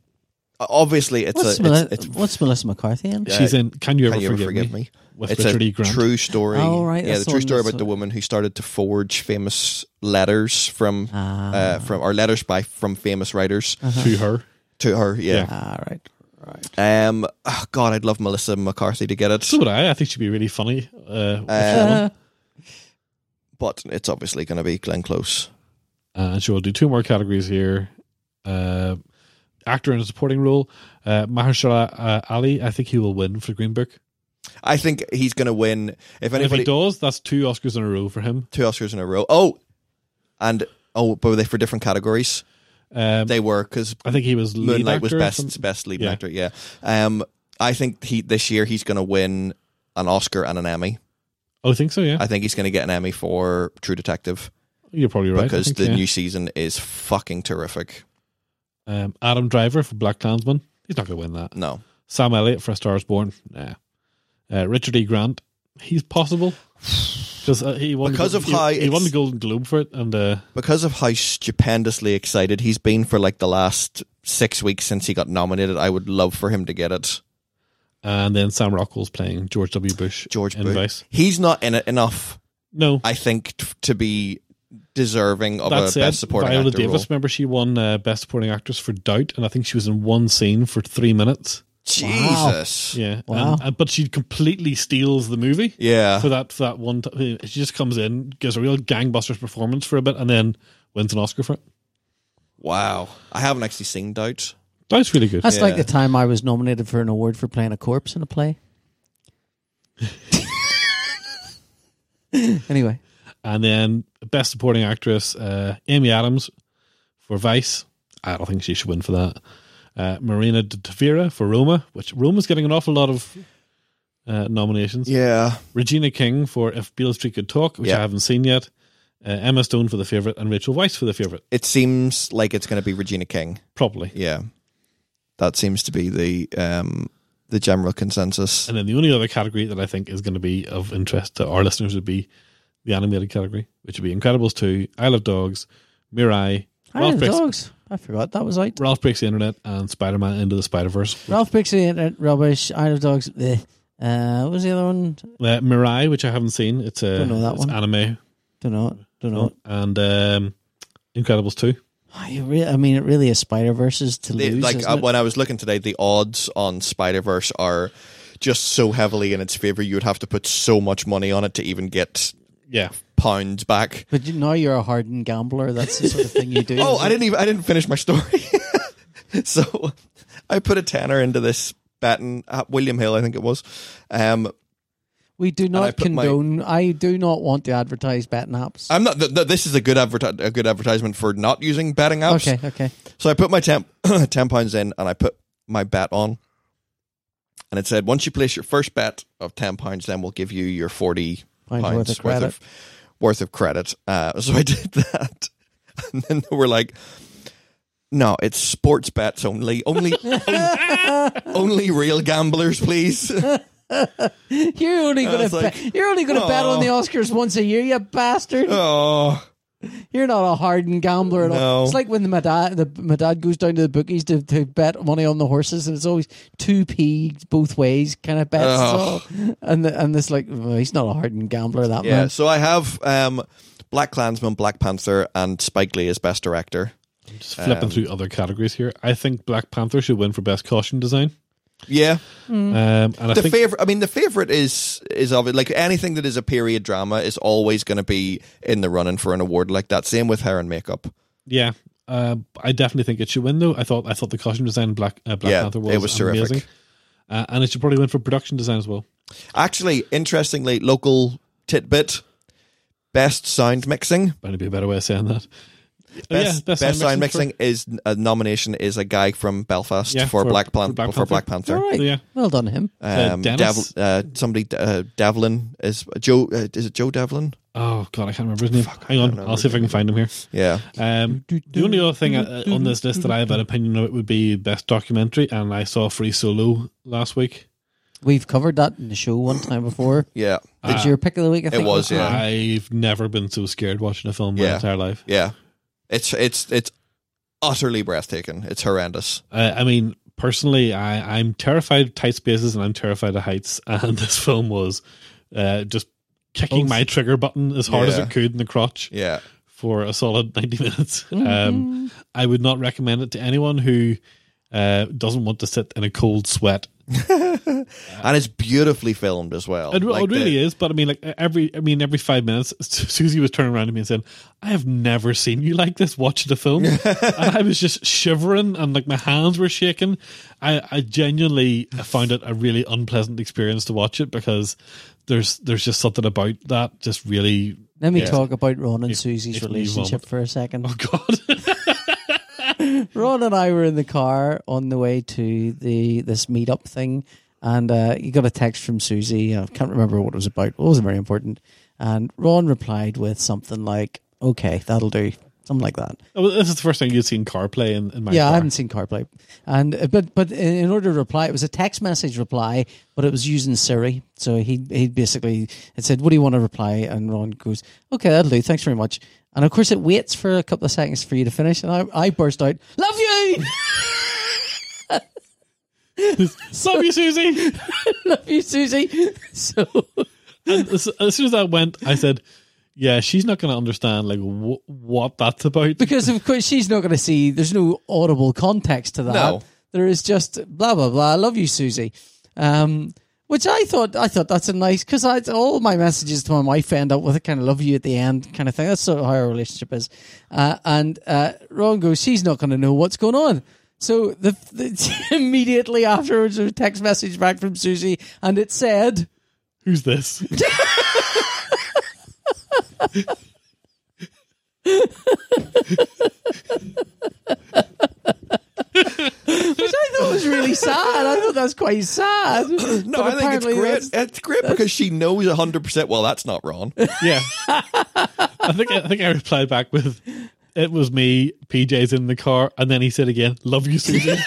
[SPEAKER 3] obviously it's
[SPEAKER 1] What's,
[SPEAKER 3] a
[SPEAKER 1] Mel-
[SPEAKER 3] it's, it's
[SPEAKER 1] what's Melissa McCarthy in?
[SPEAKER 2] she's in Can You Ever,
[SPEAKER 3] can you ever
[SPEAKER 2] forgive,
[SPEAKER 3] forgive
[SPEAKER 2] Me?
[SPEAKER 3] me?
[SPEAKER 2] with
[SPEAKER 3] It's
[SPEAKER 2] Richard
[SPEAKER 3] a
[SPEAKER 2] E. Grant.
[SPEAKER 3] true story.
[SPEAKER 1] Oh, right,
[SPEAKER 3] Yeah,
[SPEAKER 1] that's the
[SPEAKER 3] the true
[SPEAKER 1] one
[SPEAKER 3] story
[SPEAKER 1] that's-
[SPEAKER 3] about the woman who started to forge famous uh, letters from
[SPEAKER 1] Ah,
[SPEAKER 2] Ah.
[SPEAKER 3] uh, from or letters by from famous writers
[SPEAKER 2] to her.
[SPEAKER 3] to her. Yeah.
[SPEAKER 1] Ah, right, right.
[SPEAKER 3] Um. oh, God, I'd love Melissa McCarthy to get it,
[SPEAKER 2] So would I. I think she'd be really funny. Uh, with
[SPEAKER 3] Uh,
[SPEAKER 2] Colman.
[SPEAKER 3] but it's obviously going to be Glenn Close.
[SPEAKER 2] Uh, so we'll do two more categories here. Uh, actor in a supporting role, uh, Mahershala uh, Ali. I think he will win for Green Book.
[SPEAKER 3] I think he's going to win. If
[SPEAKER 2] And if
[SPEAKER 3] anybody
[SPEAKER 2] he does, that's two Oscars in a row for him.
[SPEAKER 3] two Oscars in a row. Oh, and oh, but were they for different categories?
[SPEAKER 2] Um,
[SPEAKER 3] They were because
[SPEAKER 2] I think he was lead
[SPEAKER 3] Moonlight
[SPEAKER 2] actor
[SPEAKER 3] was
[SPEAKER 2] or
[SPEAKER 3] best
[SPEAKER 2] something.
[SPEAKER 3] best lead
[SPEAKER 2] Yeah.
[SPEAKER 3] actor. Yeah. Um, I think he this year he's going to win an Oscar and an Emmy.
[SPEAKER 2] Oh, I think so. Yeah,
[SPEAKER 3] I think he's going to get an Emmy for True Detective
[SPEAKER 2] you're probably right. I
[SPEAKER 3] because
[SPEAKER 2] think,
[SPEAKER 3] the
[SPEAKER 2] yeah.
[SPEAKER 3] new season is fucking terrific.
[SPEAKER 2] um, Adam Driver for Black Klansman. He's not going to win that.
[SPEAKER 3] No,
[SPEAKER 2] Sam Elliott for A Star Is Born. Nah. Uh, Richard E. Grant. He's possible because uh, he won
[SPEAKER 3] Because
[SPEAKER 2] the,
[SPEAKER 3] of
[SPEAKER 2] he,
[SPEAKER 3] how
[SPEAKER 2] he won
[SPEAKER 3] it's-
[SPEAKER 2] the Golden Globe for it, and uh,
[SPEAKER 3] because of how stupendously excited he's been for like the last six weeks since he got nominated. I would love for him to get it.
[SPEAKER 2] and then Sam Rockwell's playing George W. Bush.
[SPEAKER 3] George
[SPEAKER 2] in
[SPEAKER 3] Bush.
[SPEAKER 2] Vice.
[SPEAKER 3] He's not in it enough,
[SPEAKER 2] No,
[SPEAKER 3] I think, t- to be deserving of
[SPEAKER 2] That's
[SPEAKER 3] a
[SPEAKER 2] it.
[SPEAKER 3] best supporting
[SPEAKER 2] Viola
[SPEAKER 3] actor
[SPEAKER 2] Davis,
[SPEAKER 3] role.
[SPEAKER 2] remember she won uh, Best Supporting Actress for Doubt, and I think she was in one scene for three minutes.
[SPEAKER 3] Jesus,
[SPEAKER 2] Yeah,
[SPEAKER 1] Wow.
[SPEAKER 2] And- and- but she completely steals the movie
[SPEAKER 3] yeah.
[SPEAKER 2] for that for that one. T- uh, she just comes in, gives a real gangbusters performance for a bit, and then wins an Oscar for it.
[SPEAKER 3] Wow, I haven't actually seen Doubt.
[SPEAKER 2] Doubt's really good.
[SPEAKER 1] That's like
[SPEAKER 3] Yeah.
[SPEAKER 1] the time I was nominated for an award for playing a corpse in a play. anyway,
[SPEAKER 2] And then Best Supporting Actress, uh, Amy Adams for Vice. I don't think she should win for that. Uh, Marina de Tavira for Roma, which Roma's getting an awful lot of uh, nominations.
[SPEAKER 3] Yeah,
[SPEAKER 2] Regina King for If Beale Street Could Talk, which
[SPEAKER 3] Yeah.
[SPEAKER 2] I haven't seen yet. Uh, Emma Stone for The Favourite and Rachel Weisz for The Favourite,
[SPEAKER 3] it seems like it's going to be Regina King.
[SPEAKER 2] probably.
[SPEAKER 3] Yeah, that seems to be the um, the general consensus.
[SPEAKER 2] And then the only other category that I think is going to be of interest to our listeners would be the animated category, which would be Incredibles 2, I Love Dogs, Mirai,
[SPEAKER 1] Hi,
[SPEAKER 2] Ralph
[SPEAKER 1] the
[SPEAKER 2] Breaks,
[SPEAKER 1] dogs. I forgot that was out.
[SPEAKER 2] Ralph Breaks the Internet, and Spider Man Into the Spider Verse.
[SPEAKER 1] Ralph Breaks the Internet, rubbish. Isle of Dogs. bleh. Uh, what was the other one?
[SPEAKER 2] Uh, Mirai, which I haven't seen, it's a
[SPEAKER 1] Don't know that
[SPEAKER 2] it's
[SPEAKER 1] one.
[SPEAKER 2] anime.
[SPEAKER 1] Don't know. it. Don't know.
[SPEAKER 2] and um, Incredibles two.
[SPEAKER 1] I, Ah, re- I mean, it really is Spider Verses to
[SPEAKER 3] They-
[SPEAKER 1] lose.
[SPEAKER 3] like
[SPEAKER 1] isn't
[SPEAKER 3] uh,
[SPEAKER 1] it?
[SPEAKER 3] when I was looking today, the odds on Spider Verse are just so heavily in its favor. You would have to put so much money on it to even get
[SPEAKER 2] Yeah,
[SPEAKER 3] pounds back.
[SPEAKER 1] But you, now you're a hardened gambler. That's the sort of thing you do.
[SPEAKER 3] Oh,
[SPEAKER 1] is
[SPEAKER 3] I
[SPEAKER 1] it?
[SPEAKER 3] didn't even I didn't finish my story. so I put a tenner into this betting at William Hill, I think it was. Um,
[SPEAKER 1] We do
[SPEAKER 3] I
[SPEAKER 1] not
[SPEAKER 3] put my-
[SPEAKER 1] condone. I do not want to advertise betting apps.
[SPEAKER 3] I'm not. Th- th- this is a good adverti- a good advertisement for not using betting apps.
[SPEAKER 1] okay, okay.
[SPEAKER 3] So I put my 10, 10 pounds in and I put my bet on. And it said, once you place your first bet of 10 pounds, then we'll give you your 40
[SPEAKER 1] Pounds
[SPEAKER 3] pounds
[SPEAKER 1] worth of
[SPEAKER 3] worth,
[SPEAKER 1] credit.
[SPEAKER 3] of, worth of credit. Uh, so I did that. And then they were like, no, it's sports bets only. Only, only real gamblers, please.
[SPEAKER 1] You're only gonna
[SPEAKER 3] was like,
[SPEAKER 1] bet, you're only gonna bet on the Oscars once a year, you bastard.
[SPEAKER 3] oh,
[SPEAKER 1] You're not a hardened gambler at all.
[SPEAKER 3] No.
[SPEAKER 1] It's like when my dad the, my dad goes down to the bookies to, to bet money on the horses, and it's always two p both ways kind of bets.
[SPEAKER 3] Ugh.
[SPEAKER 1] So- and the, and it's like well, he's not a hardened gambler that
[SPEAKER 3] yeah.
[SPEAKER 1] man.
[SPEAKER 3] So I have um, Black Klansman, Black Panther, and Spike Lee as best director.
[SPEAKER 2] just flipping
[SPEAKER 3] Um,
[SPEAKER 2] through other categories here. I think Black Panther should win for best costume design.
[SPEAKER 3] Yeah.
[SPEAKER 1] Hmm.
[SPEAKER 2] Um, and I
[SPEAKER 3] the
[SPEAKER 2] think
[SPEAKER 3] favorite. I mean, the favorite is is obvious. Like anything that is a period drama is always going to be in the running for an award like that. Same with hair and makeup.
[SPEAKER 2] yeah, uh, I definitely think it should win though. I thought I thought the costume design in Black uh, Black
[SPEAKER 3] Yeah,
[SPEAKER 2] Panther
[SPEAKER 3] it
[SPEAKER 2] was,
[SPEAKER 3] was terrific.
[SPEAKER 2] amazing, uh, and it should probably win for production design as well.
[SPEAKER 3] Actually, interestingly, local tidbit: best sound mixing.
[SPEAKER 2] That'd be a better way of saying that. Oh,
[SPEAKER 3] Best, best, sound mixing,
[SPEAKER 2] for-
[SPEAKER 3] is a nomination is a guy from Belfast
[SPEAKER 2] Yeah,
[SPEAKER 3] for,
[SPEAKER 2] for-
[SPEAKER 3] Black Plan-
[SPEAKER 2] for
[SPEAKER 3] for
[SPEAKER 2] Black
[SPEAKER 3] Black,
[SPEAKER 2] Panther.
[SPEAKER 3] Panther.
[SPEAKER 1] All right.
[SPEAKER 2] Yeah.
[SPEAKER 1] Well done him.
[SPEAKER 3] Um,
[SPEAKER 2] Uh, Dennis?
[SPEAKER 3] Devil- uh, somebody, uh, Devlin is Joe. Uh, is it Joe Devlin?
[SPEAKER 2] Oh god, I can't remember his name. Hang on,
[SPEAKER 3] know.
[SPEAKER 2] I'll see if I can find him here.
[SPEAKER 3] Yeah,
[SPEAKER 2] Um, the only other thing uh, on this list that I have an opinion of it would be best documentary, and I saw Free Solo last week.
[SPEAKER 1] We've covered that in the show one time before.
[SPEAKER 3] yeah,
[SPEAKER 1] It's your pick of the week. I think
[SPEAKER 3] Ah. was, yeah.
[SPEAKER 2] I've never been so scared watching a film my
[SPEAKER 3] Yeah.
[SPEAKER 2] entire life.
[SPEAKER 3] yeah. It's it's it's utterly breathtaking. It's horrendous.
[SPEAKER 2] Uh, I mean, personally, I, I'm terrified of tight spaces and I'm terrified of heights, and this film was uh, just kicking my trigger button as hard as
[SPEAKER 3] Yeah.
[SPEAKER 2] it could in the crotch.
[SPEAKER 3] Yeah.
[SPEAKER 2] for a solid 90 minutes. Um, I would not recommend it to anyone who uh, doesn't want to sit in a cold sweat.
[SPEAKER 3] and it's beautifully filmed as well.
[SPEAKER 2] It, re-
[SPEAKER 3] Like
[SPEAKER 2] it really
[SPEAKER 3] the-
[SPEAKER 2] is, but I mean, like e, every, I mean, every five minutes, Su- Susie was turning around to me and saying, "I have never seen you like this watching the film," and I was just shivering and like my hands were shaking. I, I genuinely found it a really unpleasant experience to watch it because there's there's just something about that just really
[SPEAKER 1] Let me
[SPEAKER 3] Yeah.
[SPEAKER 1] talk about Ron and Susie's
[SPEAKER 2] if you
[SPEAKER 1] relationship
[SPEAKER 2] want.
[SPEAKER 1] for a second.
[SPEAKER 2] oh god
[SPEAKER 1] Ron and I were in the car on the way to the this meetup thing, and uh, you got a text from Susie. I can't remember what it was about. It wasn't very important. And Ron replied with something like, "Okay, that'll do," something like that.
[SPEAKER 2] Oh, this is the first time you've seen CarPlay in, in my
[SPEAKER 1] yeah, I
[SPEAKER 2] car.
[SPEAKER 1] haven't seen CarPlay, and uh, but but in order to reply, it was a text message reply, but it was using Siri. So he he basically it said, "What do you want to reply?" And Ron goes, "Okay, that'll do. Thanks very much." And of course, it waits for a couple of seconds for you to finish, and I, I burst out, "Love you,
[SPEAKER 2] Love you, Susie.
[SPEAKER 1] love you, Susie." So
[SPEAKER 2] And as, as soon as that went, I said, "Yeah, she's not going to understand like wh- what that's about."
[SPEAKER 1] because of course she's not going to see. There's no audible context to that.
[SPEAKER 3] No.
[SPEAKER 1] There is just blah blah blah. I love you, Susie. Um, which I thought I thought that's a nice because I all my messages to my wife end up with a kind of love you at the end kind of thing. That's sort of how our relationship is. Uh, and uh, Ron goes, she's not going to know what's going on. So the, the immediately afterwards, there's a text message back from Susie, and it said.
[SPEAKER 2] Who's this?
[SPEAKER 1] Which I thought was really sad. I thought that was quite sad.
[SPEAKER 3] No, I think it's
[SPEAKER 1] apparently
[SPEAKER 3] great.
[SPEAKER 1] that's-
[SPEAKER 3] It's great because she knows hundred percent. Well, that's not wrong.
[SPEAKER 2] yeah, I think I think I replied back with, "It was me." PJ's in the car, and then he said again, "Love you, Susie." Uh,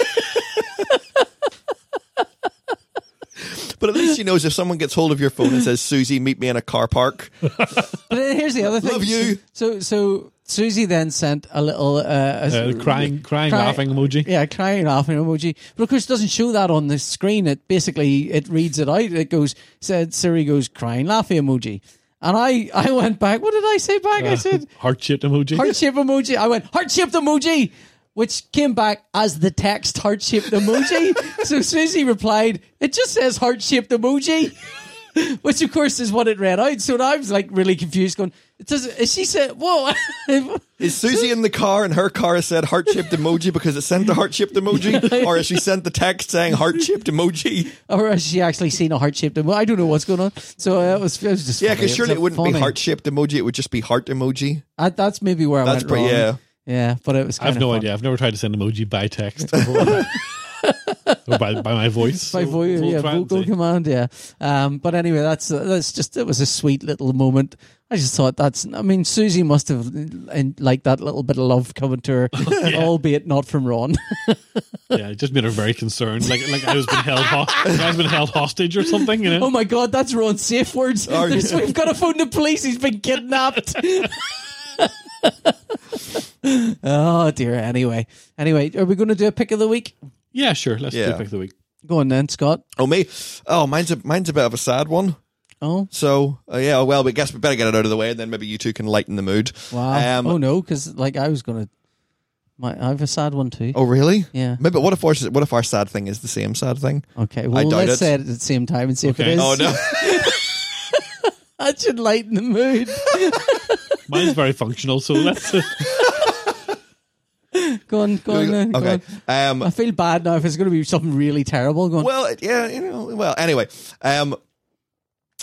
[SPEAKER 3] But at least she knows if someone gets hold of your phone and says, "Susie, meet me in a car park."
[SPEAKER 1] But then here's the other thing.
[SPEAKER 3] Love you.
[SPEAKER 1] So, so Susie then sent a little uh, a-
[SPEAKER 2] Uh, crying, crying, laughing emoji.
[SPEAKER 1] Yeah, crying, laughing emoji. But of course, it doesn't show that on the screen. It basically it reads it out. It goes said Siri goes crying, laughing emoji, And I, I went back. What did I say back? I said
[SPEAKER 2] Uh, Heart shaped emoji.
[SPEAKER 1] heart shaped emoji. I went heart shaped emoji, which came back as the text heart shaped emoji. so Susie replied, "It just says heart shaped emoji." Which of course is what it read out. So now I was like really confused, going, "It does." Is she said, "Whoa,
[SPEAKER 3] Is Susie in the car and her car said heart shaped emoji because it sent the heart shaped emoji? or has she sent the text saying heart shaped emoji?
[SPEAKER 1] or has she actually seen a heart shaped emoji?" I don't know what's going on. So uh, it was, it was just
[SPEAKER 3] Yeah,
[SPEAKER 1] funny.
[SPEAKER 3] because
[SPEAKER 1] was
[SPEAKER 3] surely it wouldn't be
[SPEAKER 1] funny.
[SPEAKER 3] heart shaped emoji, it would just be heart emoji.
[SPEAKER 1] I, that's maybe where
[SPEAKER 3] That's
[SPEAKER 1] I went
[SPEAKER 3] pretty-
[SPEAKER 1] wrong.
[SPEAKER 3] yeah.
[SPEAKER 1] yeah, but it was.
[SPEAKER 2] I have
[SPEAKER 1] kinda
[SPEAKER 2] no
[SPEAKER 1] fun.
[SPEAKER 2] idea. I've never tried to send emoji by text before. or by, by my voice. eh?
[SPEAKER 1] by
[SPEAKER 2] So
[SPEAKER 1] vo-
[SPEAKER 2] we'll
[SPEAKER 1] yeah,
[SPEAKER 2] try and
[SPEAKER 1] vocal
[SPEAKER 2] see.
[SPEAKER 1] command, yeah. Um, but anyway, that's that's just it was a sweet little moment. I just thought that's. I mean, Susie must have and like that little bit of love coming to her, albeit not from Ron.
[SPEAKER 2] Yeah, it just made her very concerned. Like like I was been held ho- like I was been held hostage or something. You know.
[SPEAKER 1] oh my God, that's Ron's safe words.
[SPEAKER 3] Or-
[SPEAKER 1] There's- We've got to phone the police. He's been kidnapped. oh dear. Anyway, anyway, are we going to do a pick of the week?
[SPEAKER 2] yeah, sure. Let's do
[SPEAKER 3] Yeah.
[SPEAKER 2] pick of the week.
[SPEAKER 1] Go on then, Scott.
[SPEAKER 3] Oh, me? Oh, mine's a, mine's a bit of a sad one.
[SPEAKER 1] Oh
[SPEAKER 3] So, uh, yeah, well, we guess we better get it out of the way and then maybe you two can lighten the mood.
[SPEAKER 1] wow.
[SPEAKER 3] Um,
[SPEAKER 1] oh no, because like I was going to. My, I have a sad one too.
[SPEAKER 3] Oh, really?
[SPEAKER 1] Yeah.
[SPEAKER 3] Maybe what if our what if our sad thing is the same sad thing?
[SPEAKER 1] Okay, well,
[SPEAKER 3] doubt
[SPEAKER 1] let's
[SPEAKER 3] it.
[SPEAKER 1] say it at the same time and see if
[SPEAKER 2] Okay.
[SPEAKER 1] it is.
[SPEAKER 3] Oh no!
[SPEAKER 1] That should lighten the mood.
[SPEAKER 2] Mine's very functional, so let's.
[SPEAKER 1] go on, go on, then, go
[SPEAKER 3] okay.
[SPEAKER 1] on.
[SPEAKER 3] Um,
[SPEAKER 1] Oh, I feel bad now if it's going to be something really terrible. Go on.
[SPEAKER 3] Well, yeah, you know. Well, anyway, um,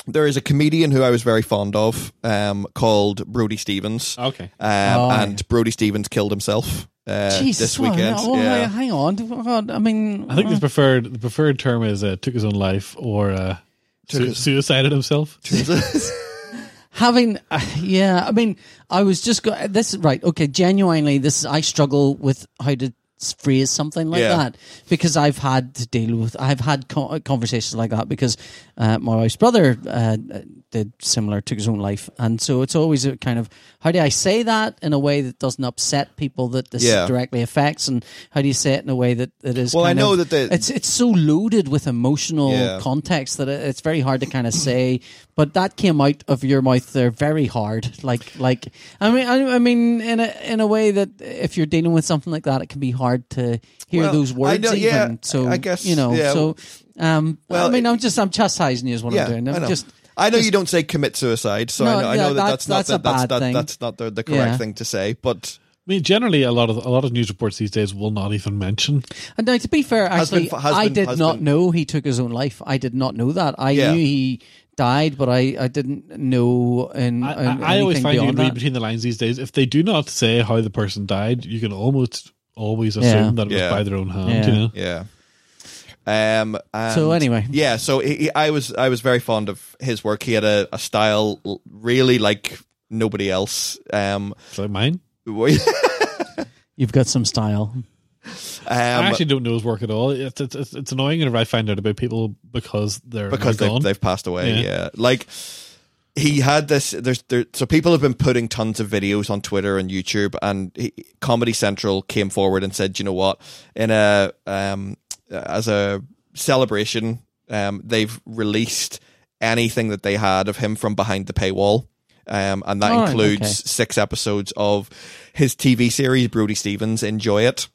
[SPEAKER 3] there is a comedian who I was very fond of, um, called Brody Stevens. Um,
[SPEAKER 2] okay.
[SPEAKER 1] yeah.
[SPEAKER 3] and Brody Stevens killed himself uh,
[SPEAKER 1] Oh. Jesus,
[SPEAKER 3] this weekend.
[SPEAKER 1] Oh,
[SPEAKER 3] yeah.
[SPEAKER 1] hang on. Oh, God, I mean,
[SPEAKER 2] I think the preferred the preferred term is uh, took his own life or uh,
[SPEAKER 3] Took
[SPEAKER 2] su-
[SPEAKER 3] his-
[SPEAKER 2] suicided himself.
[SPEAKER 1] having uh, yeah i mean i was just go- this right okay genuinely this i struggle with how to s- phrase something like
[SPEAKER 3] Yeah.
[SPEAKER 1] that because i've had to deal with i've had co- uh, conversations like that because uh, my wife's brother uh, did similar took his own life and so it's always a kind of how do i say that in a way that doesn't upset people that this
[SPEAKER 3] Yeah.
[SPEAKER 1] directly affects and how do you say it in a way that it is
[SPEAKER 3] Well, I
[SPEAKER 1] kind
[SPEAKER 3] know
[SPEAKER 1] of-
[SPEAKER 3] that the-
[SPEAKER 1] it's it's so loaded with emotional
[SPEAKER 3] Yeah.
[SPEAKER 1] context that it- it's very hard to kind of say. But that came out of your mouth there very hard. Like like I mean I, I mean in a in a way that if you're dealing with something like that, it can be hard to hear
[SPEAKER 3] Well,
[SPEAKER 1] those
[SPEAKER 3] I
[SPEAKER 1] words.
[SPEAKER 3] know- yeah,
[SPEAKER 1] even. So
[SPEAKER 3] I guess,
[SPEAKER 1] you know.
[SPEAKER 3] yeah.
[SPEAKER 1] So um. Well,
[SPEAKER 3] Well,
[SPEAKER 1] I mean,
[SPEAKER 3] it-
[SPEAKER 1] I'm just I'm chastising you is what
[SPEAKER 3] yeah,
[SPEAKER 1] I'm doing. I'm
[SPEAKER 3] I know.
[SPEAKER 1] just.
[SPEAKER 3] I know you don't say commit suicide, so
[SPEAKER 1] No,
[SPEAKER 3] I know, I
[SPEAKER 1] yeah,
[SPEAKER 3] know that
[SPEAKER 1] that's-
[SPEAKER 3] that's,
[SPEAKER 1] that's a
[SPEAKER 3] not the, that's,
[SPEAKER 1] bad
[SPEAKER 3] that,
[SPEAKER 1] thing.
[SPEAKER 3] that's not the, the correct
[SPEAKER 1] Yeah.
[SPEAKER 3] thing to say, but
[SPEAKER 2] I mean, generally, a lot of a lot of news reports these days will not even mention.
[SPEAKER 1] And now, to be fair, actually,
[SPEAKER 3] Husband- husband-
[SPEAKER 1] I did not
[SPEAKER 3] husband.
[SPEAKER 1] know he took his own life. I did not know that. I
[SPEAKER 3] Yeah.
[SPEAKER 1] knew he died, but I, I didn't know. And
[SPEAKER 2] I, I, I always find you can read between the lines these days. If they do not say how the person died, you can almost always assume
[SPEAKER 1] Yeah.
[SPEAKER 2] that it
[SPEAKER 3] Yeah.
[SPEAKER 2] was by their own hand.
[SPEAKER 1] Yeah.
[SPEAKER 2] You know.
[SPEAKER 3] yeah. Um. and-
[SPEAKER 1] So anyway.
[SPEAKER 3] yeah. So he, he- I was I was very fond of his work. He had a, a style l- really like nobody else. Um.
[SPEAKER 2] Is that mine?
[SPEAKER 1] You've got some style.
[SPEAKER 2] I
[SPEAKER 3] Um,
[SPEAKER 2] actually don't know his work at all. It's, it's, it's, it's annoying whenever I find out about people because they're
[SPEAKER 3] because
[SPEAKER 2] they're
[SPEAKER 3] they've,
[SPEAKER 2] gone.
[SPEAKER 3] they've passed away.
[SPEAKER 2] Yeah.
[SPEAKER 3] Yeah. like he had this. There's there, so people have been putting tons of videos on Twitter and YouTube, and he, Comedy Central came forward and said, you know what, in a um as a celebration, um they've released anything that they had of him from behind the paywall. Um, and that
[SPEAKER 1] All right,
[SPEAKER 3] includes
[SPEAKER 1] okay.
[SPEAKER 3] six episodes of his TV series, Brody Stevens. Enjoy it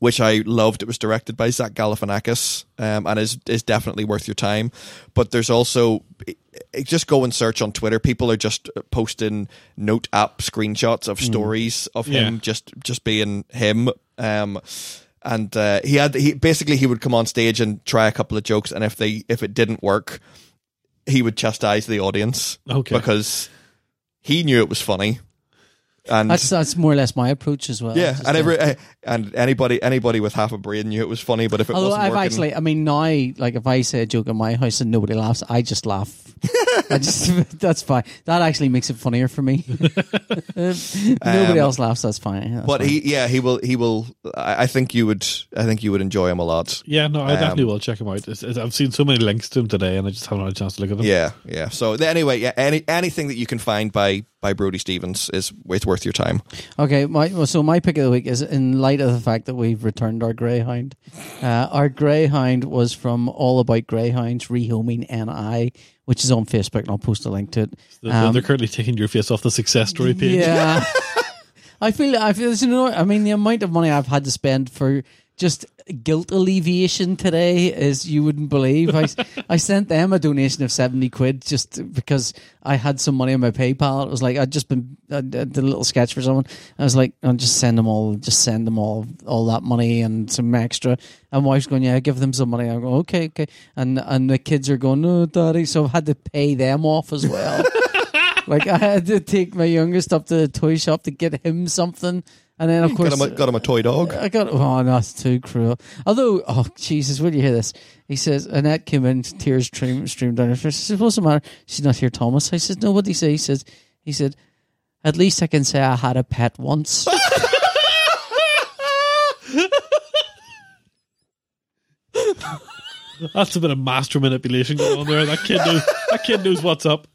[SPEAKER 3] which I loved. It was directed by Zach Galifianakis, um, and is is definitely worth your time. But there's also i- i- just go and search on Twitter. People are just uh, posting note app screenshots of stories of
[SPEAKER 2] Hmm. Yeah.
[SPEAKER 3] him just just being him. Um, and uh, he had he basically he would come on stage and try a couple of jokes, and if they if it didn't work, he would chastise the audience
[SPEAKER 2] Okay.
[SPEAKER 3] because he knew it was funny. And
[SPEAKER 1] That's that's more or less my approach as well.
[SPEAKER 3] yeah,
[SPEAKER 1] Just,
[SPEAKER 3] and
[SPEAKER 1] uh,
[SPEAKER 3] every eh, and anybody anybody with half a brain knew it was funny, but if it
[SPEAKER 1] although
[SPEAKER 3] wasn't
[SPEAKER 1] I've
[SPEAKER 3] working,
[SPEAKER 1] actually, I mean, now like if I say a joke in my house and nobody laughs, I just laugh. I just that's fine. That actually makes it funnier for me. nobody
[SPEAKER 3] Um,
[SPEAKER 1] else laughs. That's fine. That's
[SPEAKER 3] but
[SPEAKER 1] fine.
[SPEAKER 3] he yeah he will he will. I, I think you would I think you would enjoy him a lot.
[SPEAKER 2] yeah, no, I
[SPEAKER 3] Um,
[SPEAKER 2] definitely will check him out. It's, it's, I've seen so many links to him today, and I just haven't had a chance to look at them.
[SPEAKER 3] Yeah, yeah. So th- anyway, yeah, any anything that you can find by by Brody Stevens is it's worth your time.
[SPEAKER 1] Okay, my well, so my pick of the week is in light of the fact that we've returned our greyhound. Uh, our greyhound was from All About Greyhounds Rehoming NI, which is on Facebook, and I'll post a link to it.
[SPEAKER 2] They're,
[SPEAKER 1] Um,
[SPEAKER 2] they're currently taking your face off the success story page.
[SPEAKER 1] yeah, I feel I feel it's annoying. I mean, the amount of money I've had to spend for just guilt alleviation today is you wouldn't believe. I I sent them a donation of seventy quid just because I had some money on my PayPal. It was like I'd just been I did a little sketch for someone. I was like, I'll just send them all, just send them all all that money and some extra. And wife's going, yeah, give them some money. I go, okay, okay. And and the kids are going, no, daddy. So I've had to pay them off as well. Like I had to take my youngest up to the toy shop to get him something, and then of
[SPEAKER 3] Got
[SPEAKER 1] course
[SPEAKER 3] him, a, got him a toy dog.
[SPEAKER 1] I got oh no, that's too cruel. Although oh Jesus, will you hear this? He says Annette came in, tears stream, streamed down her face. She says, "What's the matter?" She's not here, Thomas. I says, "No, what did he say?" He says, "He said, at least I can say I had a pet once."
[SPEAKER 2] That's a bit of master manipulation going on there. That kid knows. That kid knows what's up.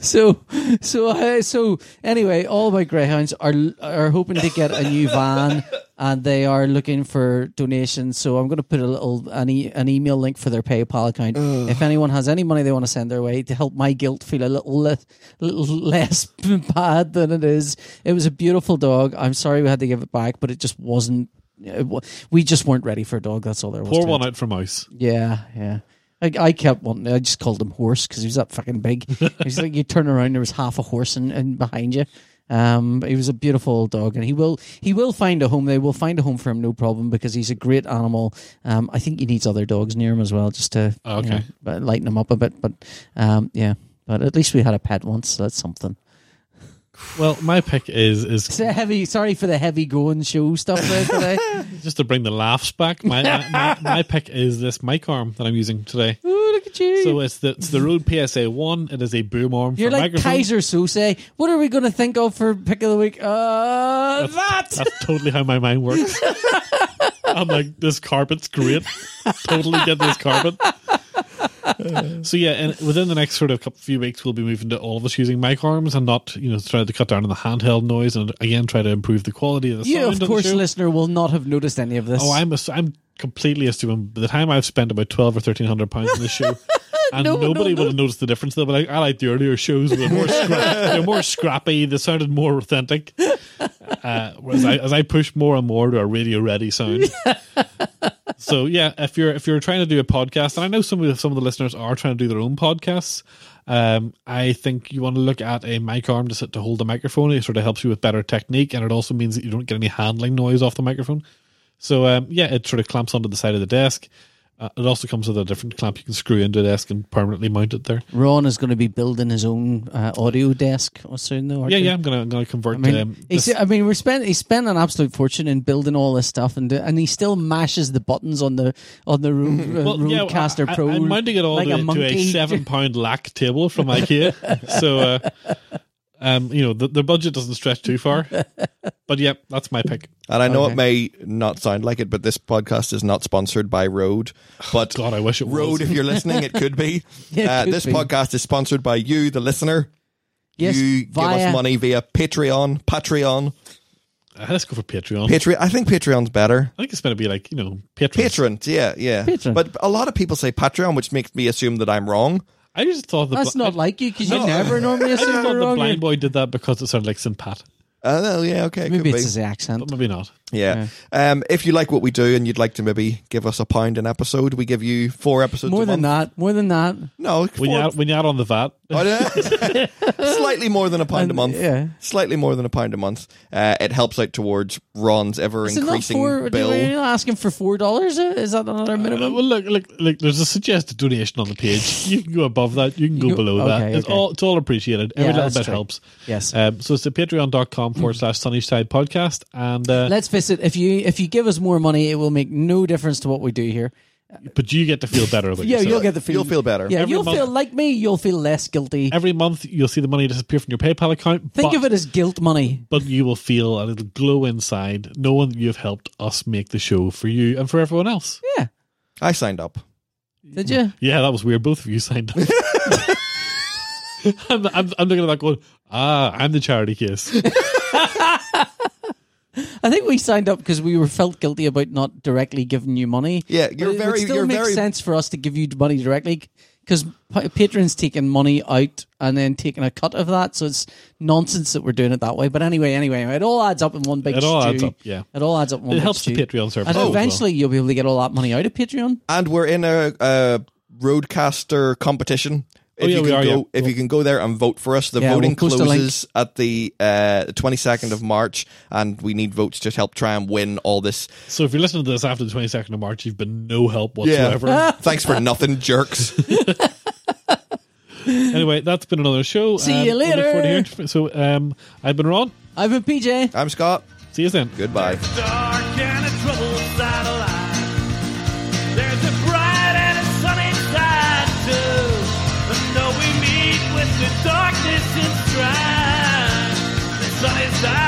[SPEAKER 1] so so uh, so anyway all my greyhounds are are hoping to get a new van and they are looking for donations so i'm going to put a little an, e- an email link for their paypal account if anyone has any money they want to send their way to help my guilt feel a little less little less bad than it is it was a beautiful dog i'm sorry we had to give it back but it just wasn't it wa- we just weren't ready for a dog that's all there was
[SPEAKER 2] Pour
[SPEAKER 1] to it.
[SPEAKER 2] one out for Mouse.
[SPEAKER 1] Yeah, yeah. I, I kept wanting. I just called him horse because he was that fucking big. He's like you turn around, there was half a horse in, in behind you. Um, but he was a beautiful dog, and he will he will find a home. They will find a home for him, no problem, because he's a great animal. Um, I think he needs other dogs near him as well, just to you
[SPEAKER 2] Oh, Okay.
[SPEAKER 1] know, but lighten him up a bit. But um, yeah, but at least we had a pet once, so that's something.
[SPEAKER 2] Well, my pick is is
[SPEAKER 1] It's a heavy. Sorry for the heavy going show stuff there today.
[SPEAKER 2] just to bring the laughs back. My my, my, my pick is this mic arm that I'm using today.
[SPEAKER 1] Ooh, look at you.
[SPEAKER 2] So it's the it's the Rode PSA one. It is a boom arm.
[SPEAKER 1] You're
[SPEAKER 2] for
[SPEAKER 1] like
[SPEAKER 2] microphone.
[SPEAKER 1] Kaiser Sose. What are we going to think of for pick of the week? Uh, that.
[SPEAKER 2] That's totally how my mind works. I'm like, this carpet's great. Totally get this carpet. So yeah, and within the next sort of couple few weeks, we'll be moving to all of us using mic arms and not, you know, try to cut down on the handheld noise and again try to improve the quality of the
[SPEAKER 1] You,
[SPEAKER 2] sound.
[SPEAKER 1] of
[SPEAKER 2] the
[SPEAKER 1] course,
[SPEAKER 2] show.
[SPEAKER 1] listener will not have noticed any of this.
[SPEAKER 2] Oh, I'm ass- I'm completely assuming by the time I've spent about twelve or thirteen hundred pounds on this show, and
[SPEAKER 1] No, no,
[SPEAKER 2] nobody
[SPEAKER 1] no.
[SPEAKER 2] will have noticed the difference. Though, but I, I like the earlier shows; they were more scra- they're more scrappy. They sounded more authentic. Uh, whereas I, as I push more and more to a radio ready sound. so yeah, if you're if you're trying to do a podcast, and I know some of the, some of the listeners are trying to do their own podcasts. Um, I think you want to look at a mic arm to sit to hold the microphone. It sort of helps you with better technique, and it also means that you don't get any handling noise off the microphone. So um, yeah, it sort of clamps onto the side of the desk. Uh, it also comes with a different clamp you can screw into the desk and permanently mount it there.
[SPEAKER 1] Ron is going to be building his own uh, audio desk soon, though. aren't
[SPEAKER 2] Yeah,
[SPEAKER 1] you?
[SPEAKER 2] yeah, I'm gonna I'm gonna convert.
[SPEAKER 1] I mean,
[SPEAKER 2] um,
[SPEAKER 1] he's-
[SPEAKER 2] this-
[SPEAKER 1] I mean, we're spent. He spent an absolute fortune in building all this stuff, and and he still mashes the buttons on the on the Ro- uh, Rodecaster
[SPEAKER 2] I,
[SPEAKER 1] Pro.
[SPEAKER 2] I, am mounting it all
[SPEAKER 1] like
[SPEAKER 2] to,
[SPEAKER 1] a
[SPEAKER 2] to a
[SPEAKER 1] monkey.
[SPEAKER 2] seven pound lac table from IKEA. so, uh, um, you know, the, the budget doesn't stretch too far. But yeah, that's my pick.
[SPEAKER 3] And I know
[SPEAKER 1] Okay.
[SPEAKER 3] it may not sound like it, but this podcast is not sponsored by Road.
[SPEAKER 1] Oh,
[SPEAKER 3] But
[SPEAKER 2] God, I wish it
[SPEAKER 3] Road,
[SPEAKER 2] was.
[SPEAKER 3] if you're listening, it could be.
[SPEAKER 1] Yeah, it
[SPEAKER 3] uh,
[SPEAKER 1] could
[SPEAKER 3] this
[SPEAKER 1] be.
[SPEAKER 3] podcast is sponsored by you, the listener.
[SPEAKER 1] Yes,
[SPEAKER 3] you give
[SPEAKER 1] via-
[SPEAKER 3] us money via Patreon. Patreon.
[SPEAKER 2] Uh, let's go for Patreon.
[SPEAKER 3] Patreon. I think Patreon's better.
[SPEAKER 2] I think it's going to be like you know, Patreon.
[SPEAKER 3] Patrons, yeah, yeah.
[SPEAKER 1] Patron.
[SPEAKER 3] But a lot of people say Patreon, which makes me assume that I'm wrong.
[SPEAKER 2] I just thought the
[SPEAKER 1] That's
[SPEAKER 2] bl-
[SPEAKER 1] not like you because you never normally
[SPEAKER 2] I just
[SPEAKER 1] assume
[SPEAKER 2] thought
[SPEAKER 1] you're
[SPEAKER 2] the
[SPEAKER 1] wrong.
[SPEAKER 2] blind boy did that because it sounded like Simpat,
[SPEAKER 3] Uh, no, yeah, okay. it
[SPEAKER 1] Maybe
[SPEAKER 3] could
[SPEAKER 1] it's
[SPEAKER 3] be.
[SPEAKER 1] his accent.
[SPEAKER 2] but maybe not.
[SPEAKER 3] Yeah. Um, if you like what we do and you'd like to maybe give us a pound an episode, we give you four episodes.
[SPEAKER 1] More
[SPEAKER 3] a
[SPEAKER 1] than
[SPEAKER 3] month.
[SPEAKER 1] that. More than that.
[SPEAKER 3] No,
[SPEAKER 2] When you
[SPEAKER 3] four-
[SPEAKER 2] add, when you add on the VAT,
[SPEAKER 3] Oh, yeah. slightly more than a pound a
[SPEAKER 1] And,
[SPEAKER 3] month.
[SPEAKER 1] yeah.
[SPEAKER 3] Slightly more than a pound a month. Uh, it helps out towards Ron's ever
[SPEAKER 1] Is it not
[SPEAKER 3] increasing
[SPEAKER 1] four?
[SPEAKER 3] bill.
[SPEAKER 1] You're not asking for four dollars? Is that another
[SPEAKER 2] Uh,
[SPEAKER 1] minimum?
[SPEAKER 2] well, look, look, look. There's a suggested donation on the page. You can go above that. You can go
[SPEAKER 1] go-
[SPEAKER 2] below that.
[SPEAKER 1] okay,
[SPEAKER 2] It's
[SPEAKER 1] okay.
[SPEAKER 2] all it's all appreciated. Every
[SPEAKER 1] Yeah,
[SPEAKER 2] little
[SPEAKER 1] that's
[SPEAKER 2] bit
[SPEAKER 1] true.
[SPEAKER 2] helps.
[SPEAKER 1] Yes. Mm.
[SPEAKER 2] Um, so it's at patreon.com forward slash sunny side podcast. And uh,
[SPEAKER 1] Let's face it. If you if you give us more money, it will make no difference to what we do here.
[SPEAKER 2] but you get to feel better about
[SPEAKER 1] Yeah,
[SPEAKER 2] yourself.
[SPEAKER 1] you'll get the feeling.
[SPEAKER 3] You'll feel better.
[SPEAKER 1] Yeah,
[SPEAKER 2] Every
[SPEAKER 1] you'll
[SPEAKER 2] month-
[SPEAKER 1] feel like me. You'll feel less guilty.
[SPEAKER 2] Every month you'll see the money disappear from your PayPal account.
[SPEAKER 1] Think
[SPEAKER 2] but,
[SPEAKER 1] of it as guilt money.
[SPEAKER 2] But you will feel a little glow inside, knowing that you've helped us make the show for you and for everyone else.
[SPEAKER 1] Yeah.
[SPEAKER 3] I signed up.
[SPEAKER 1] Did you?
[SPEAKER 2] Yeah, that was weird. Both of you signed up. I'm, I'm, I'm looking at that going, ah, I'm the charity case.
[SPEAKER 1] I think we signed up because we were felt guilty about not directly giving you money.
[SPEAKER 3] Yeah, you're
[SPEAKER 1] But it would
[SPEAKER 3] very-
[SPEAKER 1] still
[SPEAKER 3] you're
[SPEAKER 1] makes
[SPEAKER 3] very-
[SPEAKER 1] sense for us to give you money directly because patrons taking money out and then taking a cut of that, so it's nonsense that we're doing it that way. But anyway, anyway, it all adds up in one big.
[SPEAKER 2] It all
[SPEAKER 1] stew.
[SPEAKER 2] adds up, yeah.
[SPEAKER 1] it all adds up. In one
[SPEAKER 2] It
[SPEAKER 1] big
[SPEAKER 2] helps the
[SPEAKER 1] stew.
[SPEAKER 2] Patreon service.
[SPEAKER 1] and
[SPEAKER 2] as well.
[SPEAKER 1] eventually you'll be able to get all that money out of Patreon.
[SPEAKER 3] and we're in a, a roadcaster competition. If
[SPEAKER 2] Oh, yeah,
[SPEAKER 3] you
[SPEAKER 2] we
[SPEAKER 3] can
[SPEAKER 2] are,
[SPEAKER 3] go,
[SPEAKER 2] yeah.
[SPEAKER 3] if you can go there and vote for us, the
[SPEAKER 1] Yeah,
[SPEAKER 3] voting
[SPEAKER 1] we'll post a link.
[SPEAKER 3] closes at the twenty second of March, and we need votes to help try and win all this.
[SPEAKER 2] So if you're listening to this after the 22nd of March, you've been no help whatsoever.
[SPEAKER 3] Thanks for nothing, jerks.
[SPEAKER 2] Anyway, that's been another show.
[SPEAKER 1] See you
[SPEAKER 2] we look
[SPEAKER 1] later.
[SPEAKER 2] forward to hearing from- so um, I've been Ron.
[SPEAKER 1] I've been PJ.
[SPEAKER 3] I'm Scott.
[SPEAKER 2] See you then.
[SPEAKER 3] Goodbye.
[SPEAKER 4] dark and a troubled side of life. There's a bright and a sunny side too. And though we meet with the darkness and strife, the sunny side.